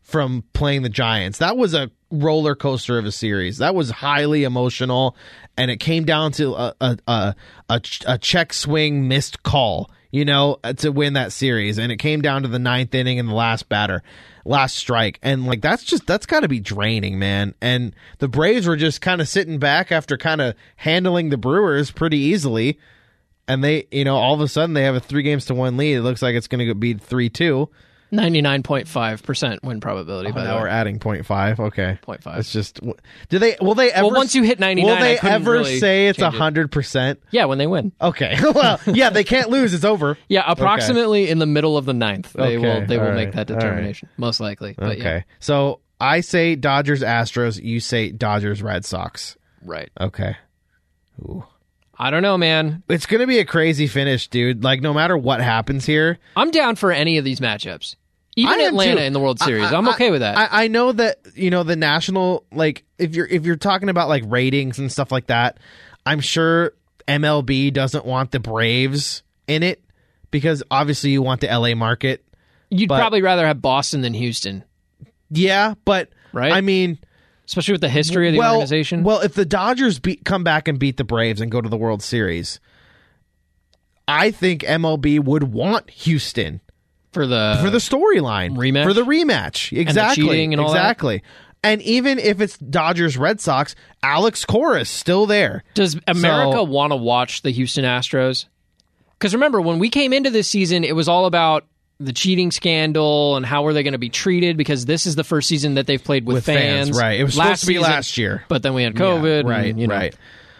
[SPEAKER 4] from playing the Giants. That was a roller coaster of a series. That was highly emotional, and it came down to a a a, a, ch- a check swing missed call, you know, uh, to win that series. And it came down to the ninth inning and the last batter, last strike, and like that's just that's got to be draining, man. And the Braves were just kind of sitting back after kind of handling the Brewers pretty easily. And they, you know, all of a sudden they have a three games to one lead. It looks like it's going to be three two,
[SPEAKER 2] Ninety nine point five percent win probability. by
[SPEAKER 4] But
[SPEAKER 2] the
[SPEAKER 4] now
[SPEAKER 2] way.
[SPEAKER 4] we're adding 0.5. Okay.
[SPEAKER 2] 0.5.
[SPEAKER 4] It's just w- do they will they ever
[SPEAKER 2] once you hit 99,
[SPEAKER 4] Will they
[SPEAKER 2] I couldn't
[SPEAKER 4] ever
[SPEAKER 2] really
[SPEAKER 4] say it's
[SPEAKER 2] change it.
[SPEAKER 4] 100%?
[SPEAKER 2] yeah, when they win.
[SPEAKER 4] Okay. (laughs) well, yeah, they can't lose. It's over.
[SPEAKER 2] Yeah, approximately in the middle of the ninth, they
[SPEAKER 4] Okay,
[SPEAKER 2] will they will
[SPEAKER 4] all
[SPEAKER 2] make
[SPEAKER 4] right,
[SPEAKER 2] that
[SPEAKER 4] all right.
[SPEAKER 2] determination, most likely. But
[SPEAKER 4] Okay.
[SPEAKER 2] yeah,
[SPEAKER 4] So I say Dodgers Astros, you say Dodgers Red Sox.
[SPEAKER 2] right.
[SPEAKER 4] Okay.
[SPEAKER 2] I don't know, man.
[SPEAKER 4] It's going to be a crazy finish, dude. Like no matter what happens here,
[SPEAKER 2] I'm down for any of these matchups, even
[SPEAKER 4] I am
[SPEAKER 2] Atlanta
[SPEAKER 4] too.
[SPEAKER 2] in the World Series. I,
[SPEAKER 4] I-
[SPEAKER 2] am okay with that.
[SPEAKER 4] I, I know that you know the national like if you're if you're talking about like ratings and stuff like that, I'm sure MLB doesn't want the Braves in it because obviously you want the LA market.
[SPEAKER 2] You'd
[SPEAKER 4] but-
[SPEAKER 2] probably rather have Boston than Houston,
[SPEAKER 4] Yeah, but
[SPEAKER 2] Right.
[SPEAKER 4] I mean,
[SPEAKER 2] especially with the history of the
[SPEAKER 4] well,
[SPEAKER 2] organization.
[SPEAKER 4] well, if the Dodgers beat, come back and beat the Braves and go to the World Series, I think MLB would want Houston
[SPEAKER 2] for the
[SPEAKER 4] for the storyline
[SPEAKER 2] rematch?
[SPEAKER 4] for the rematch exactly
[SPEAKER 2] cheating and all that?
[SPEAKER 4] exactly and even if it's dodgers red sox alex cora is still there
[SPEAKER 2] Does America
[SPEAKER 4] So-
[SPEAKER 2] want to watch the Houston Astros? Because remember, when we came into this season, it was all about the cheating scandal and how were they going to be treated because this is the first season that they've played with,
[SPEAKER 4] With fans, right. It was supposed to be
[SPEAKER 2] season,
[SPEAKER 4] last year.
[SPEAKER 2] But then we had COVID. and,
[SPEAKER 4] right
[SPEAKER 2] you know.
[SPEAKER 4] right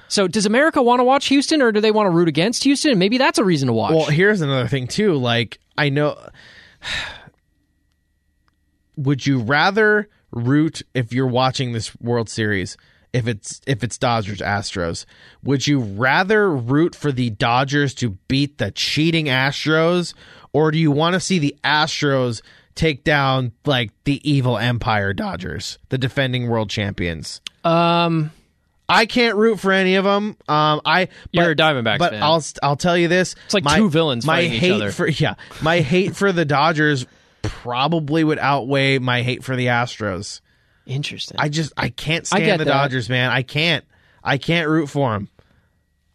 [SPEAKER 2] So does America want to watch Houston or do they want to root against Houston? Maybe that's a reason to watch.
[SPEAKER 4] well here's another thing too like i know (sighs) would you rather root if you're watching this world series if it's if it's dodgers astros would you rather root for the dodgers to beat the cheating astros or do you want to see the astros take down like the evil empire dodgers the defending world champions
[SPEAKER 2] um,
[SPEAKER 4] I can't root for any of them. Um, I
[SPEAKER 2] You're
[SPEAKER 4] but-
[SPEAKER 2] a Diamondbacks
[SPEAKER 4] but
[SPEAKER 2] fan.
[SPEAKER 4] I'll I'll tell you this: it's
[SPEAKER 2] like two villains
[SPEAKER 4] My
[SPEAKER 2] fighting each
[SPEAKER 4] hate
[SPEAKER 2] other.
[SPEAKER 4] for (laughs) yeah, my hate for the Dodgers probably would outweigh my hate for the Astros.
[SPEAKER 2] interesting.
[SPEAKER 4] I just I can't
[SPEAKER 2] I
[SPEAKER 4] stand
[SPEAKER 2] get
[SPEAKER 4] the
[SPEAKER 2] that.
[SPEAKER 4] Dodgers, man. I can't I can't root for them.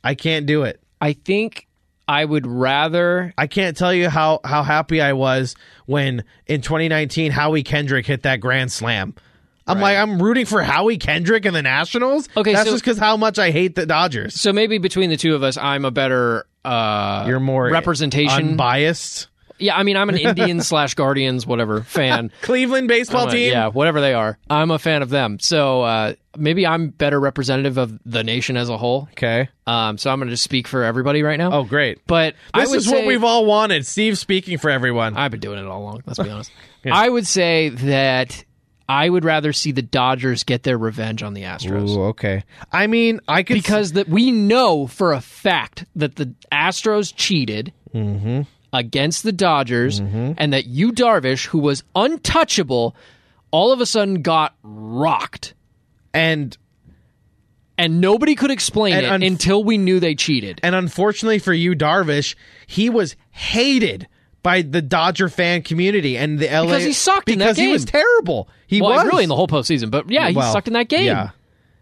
[SPEAKER 4] I can't do it.
[SPEAKER 2] I think I would rather
[SPEAKER 4] I can't tell you how how happy I was when in 2019 Howie Kendrick hit that grand slam. I'm like I'm rooting for Howie Kendrick and the Nationals.
[SPEAKER 2] Okay,
[SPEAKER 4] that's
[SPEAKER 2] so-
[SPEAKER 4] just because how much I hate the Dodgers.
[SPEAKER 2] so maybe between the two of us, I'm a better uh,
[SPEAKER 4] You're more
[SPEAKER 2] representation.
[SPEAKER 4] unbiased.
[SPEAKER 2] yeah, I mean, I'm an
[SPEAKER 4] (laughs)
[SPEAKER 2] Indian slash Guardians whatever fan.
[SPEAKER 4] Cleveland baseball
[SPEAKER 2] I'm a-
[SPEAKER 4] team.
[SPEAKER 2] Yeah, whatever they are. I'm a fan of them. So uh, maybe I'm better representative of the nation as a whole.
[SPEAKER 4] Okay.
[SPEAKER 2] Um, so I'm going to just speak for everybody right now.
[SPEAKER 4] Oh, great.
[SPEAKER 2] But I
[SPEAKER 4] This
[SPEAKER 2] would
[SPEAKER 4] is what
[SPEAKER 2] say-
[SPEAKER 4] we've all wanted. Steve speaking for everyone.
[SPEAKER 2] I've been doing it all along, let's be honest.
[SPEAKER 4] (laughs)
[SPEAKER 2] I would say that I would rather see the Dodgers get their revenge on the Astros.
[SPEAKER 4] okay. I mean, I could
[SPEAKER 2] Because that we know for a fact that the Astros cheated against the Dodgers, and that you Darvish, who was untouchable, all of a sudden got rocked.
[SPEAKER 4] and
[SPEAKER 2] and nobody could explain
[SPEAKER 4] And
[SPEAKER 2] it
[SPEAKER 4] unf-
[SPEAKER 2] until we knew they cheated.
[SPEAKER 4] and unfortunately for you, Darvish, he was hated by the Dodger fan community and the LA
[SPEAKER 2] Because he sucked in that
[SPEAKER 4] because
[SPEAKER 2] game.
[SPEAKER 4] he was terrible. He
[SPEAKER 2] well,
[SPEAKER 4] was
[SPEAKER 2] really in the whole postseason, but yeah, he
[SPEAKER 4] Well,
[SPEAKER 2] sucked in that game.
[SPEAKER 4] Yeah,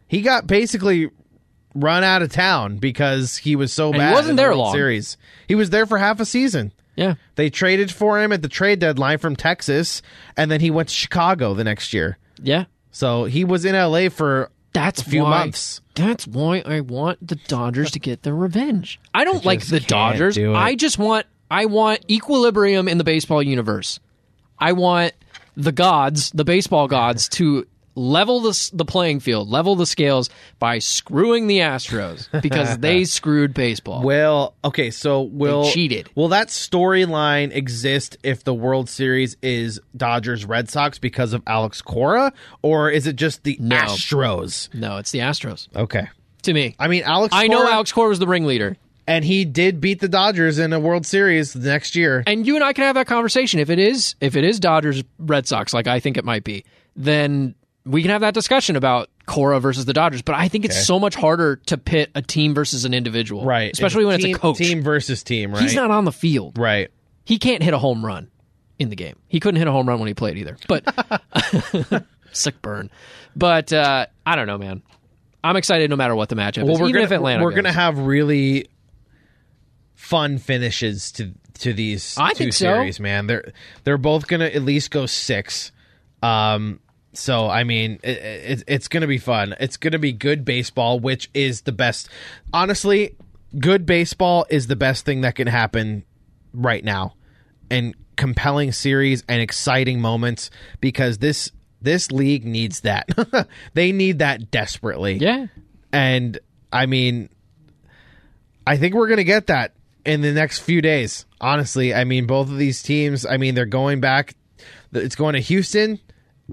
[SPEAKER 4] he got basically run out of town because he was so
[SPEAKER 2] he
[SPEAKER 4] bad.
[SPEAKER 2] wasn't
[SPEAKER 4] in the
[SPEAKER 2] there
[SPEAKER 4] World
[SPEAKER 2] long.
[SPEAKER 4] Series. He was there for half a season.
[SPEAKER 2] Yeah.
[SPEAKER 4] They traded for him at the trade deadline from Texas, and then he went to Chicago the next year.
[SPEAKER 2] Yeah.
[SPEAKER 4] So he was in LA for
[SPEAKER 2] That's
[SPEAKER 4] few
[SPEAKER 2] why,
[SPEAKER 4] months.
[SPEAKER 2] That's why I want the Dodgers to get their revenge. I don't like
[SPEAKER 4] just
[SPEAKER 2] the
[SPEAKER 4] can't
[SPEAKER 2] Dodgers.
[SPEAKER 4] do it.
[SPEAKER 2] I just want I want equilibrium in the baseball universe. I want the gods, the baseball gods, to level the s- the playing field, level the scales by screwing the (laughs) Astros because they screwed baseball.
[SPEAKER 4] Well, okay, so will
[SPEAKER 2] cheated.
[SPEAKER 4] Will that storyline exist if the World Series is Dodgers Red Sox because of Alex Cora, or is it just the Astros?
[SPEAKER 2] no, it's the Astros
[SPEAKER 4] Okay,
[SPEAKER 2] to me.
[SPEAKER 4] I mean Alex.
[SPEAKER 2] I know
[SPEAKER 4] Cora-
[SPEAKER 2] Alex Cora was the ringleader.
[SPEAKER 4] and he did beat the Dodgers in a World Series the next year.
[SPEAKER 2] and you and I can have that conversation. If it is if it is Dodgers Red Sox, like I think it might be, then we can have that discussion about Cora versus the Dodgers. But I think it's so much harder to pit a team versus an individual,
[SPEAKER 4] Right,
[SPEAKER 2] Especially when
[SPEAKER 4] team,
[SPEAKER 2] it's a coach.
[SPEAKER 4] Team versus team, right?
[SPEAKER 2] He's not on the field.
[SPEAKER 4] right.
[SPEAKER 2] He can't hit a home run in the game. He couldn't hit a home run when he played either. But (laughs) sick burn. But uh, I don't know, man. I'm excited no matter what the matchup
[SPEAKER 4] Well,
[SPEAKER 2] is.
[SPEAKER 4] we're
[SPEAKER 2] even
[SPEAKER 4] gonna
[SPEAKER 2] if Atlanta,
[SPEAKER 4] we're
[SPEAKER 2] goes.
[SPEAKER 4] gonna have really fun finishes to to these
[SPEAKER 2] I
[SPEAKER 4] two
[SPEAKER 2] think so.
[SPEAKER 4] series, man. They're they're both gonna at least go six. Um, so I mean, it, it, it's gonna be fun. It's gonna be good baseball, which is the best. Honestly, good baseball is the best thing that can happen right now and compelling series and exciting moments because this this league needs that. (laughs) they need that desperately.
[SPEAKER 2] Yeah.
[SPEAKER 4] And I mean, I think we're going to get that in the next few days. Honestly, I mean, both of these teams, I mean, they're going back. It's going to Houston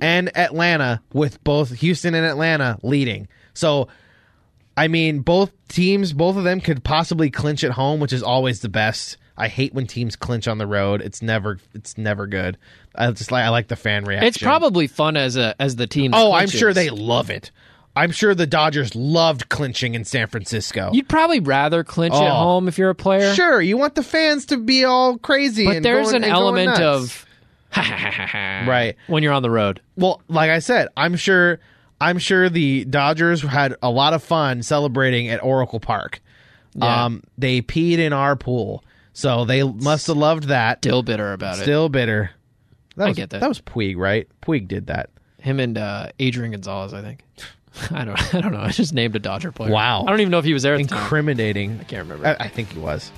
[SPEAKER 4] and Atlanta, with both Houston and Atlanta leading. So, I mean, both teams, both of them could possibly clinch at home, which is always the best. I hate when teams clinch on the road. It's never, it's never good. I just like, I like the fan reaction.
[SPEAKER 2] It's probably fun as a as the team. that
[SPEAKER 4] Oh, I'm
[SPEAKER 2] clinches.
[SPEAKER 4] sure they love it. I'm sure the Dodgers loved clinching in San Francisco.
[SPEAKER 2] You'd probably rather clinch at
[SPEAKER 4] Oh.
[SPEAKER 2] home if you're a player.
[SPEAKER 4] sure, you want the fans to be all crazy,
[SPEAKER 2] but
[SPEAKER 4] and
[SPEAKER 2] there's
[SPEAKER 4] going-
[SPEAKER 2] an
[SPEAKER 4] and going
[SPEAKER 2] element
[SPEAKER 4] nuts.
[SPEAKER 2] of (laughs) ha ha ha ha ha
[SPEAKER 4] Right.
[SPEAKER 2] when you're on the road.
[SPEAKER 4] well, like I said, I'm sure, I'm sure the Dodgers had a lot of fun celebrating at Oracle Park. Um, they peed in our pool, so they must have loved that.
[SPEAKER 2] Still bitter about it.
[SPEAKER 4] Still bitter. That
[SPEAKER 2] I
[SPEAKER 4] was,
[SPEAKER 2] get that.
[SPEAKER 4] That was Puig, right? Puig did that.
[SPEAKER 2] Him and uh, Adrian Gonzalez, I think. (laughs) I don't. I don't know. I just named a Dodger player.
[SPEAKER 4] Wow.
[SPEAKER 2] I don't even know if he was there. At the time.
[SPEAKER 4] Incriminating. I
[SPEAKER 2] can't remember.
[SPEAKER 4] I, think he was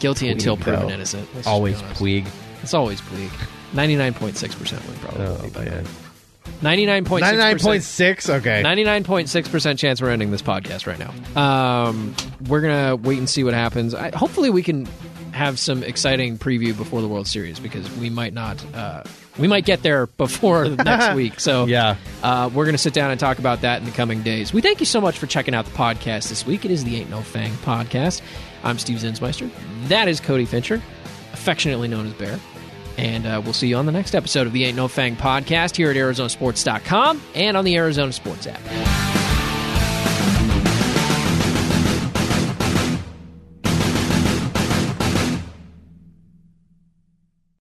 [SPEAKER 2] Guilty until proven
[SPEAKER 4] though.
[SPEAKER 2] innocent. Let's just be
[SPEAKER 4] always
[SPEAKER 2] honest.
[SPEAKER 4] Puig.
[SPEAKER 2] It's always bleak. Ninety-nine point six percent win probability. by
[SPEAKER 4] Oh, man.
[SPEAKER 2] Ninety-nine point six.
[SPEAKER 4] Ninety nine point six. Okay.
[SPEAKER 2] 99.6% chance we're ending this podcast right now. Um, we're going to wait and see what happens. I, hopefully, we can have some exciting preview before the World Series because we might not. Uh, we might get there before (laughs) the next week. So,
[SPEAKER 4] Yeah.
[SPEAKER 2] uh, we're going to sit down and talk about that in the coming days. We thank you so much for checking out the podcast this week. It is the Ain't No Fang podcast. I'm Steve Zinsmeister. That is Cody Fincher, affectionately known as Bear. And uh, we'll see you on the next episode of the Ain't No Fang podcast here at ArizonaSports.com and on the Arizona Sports app.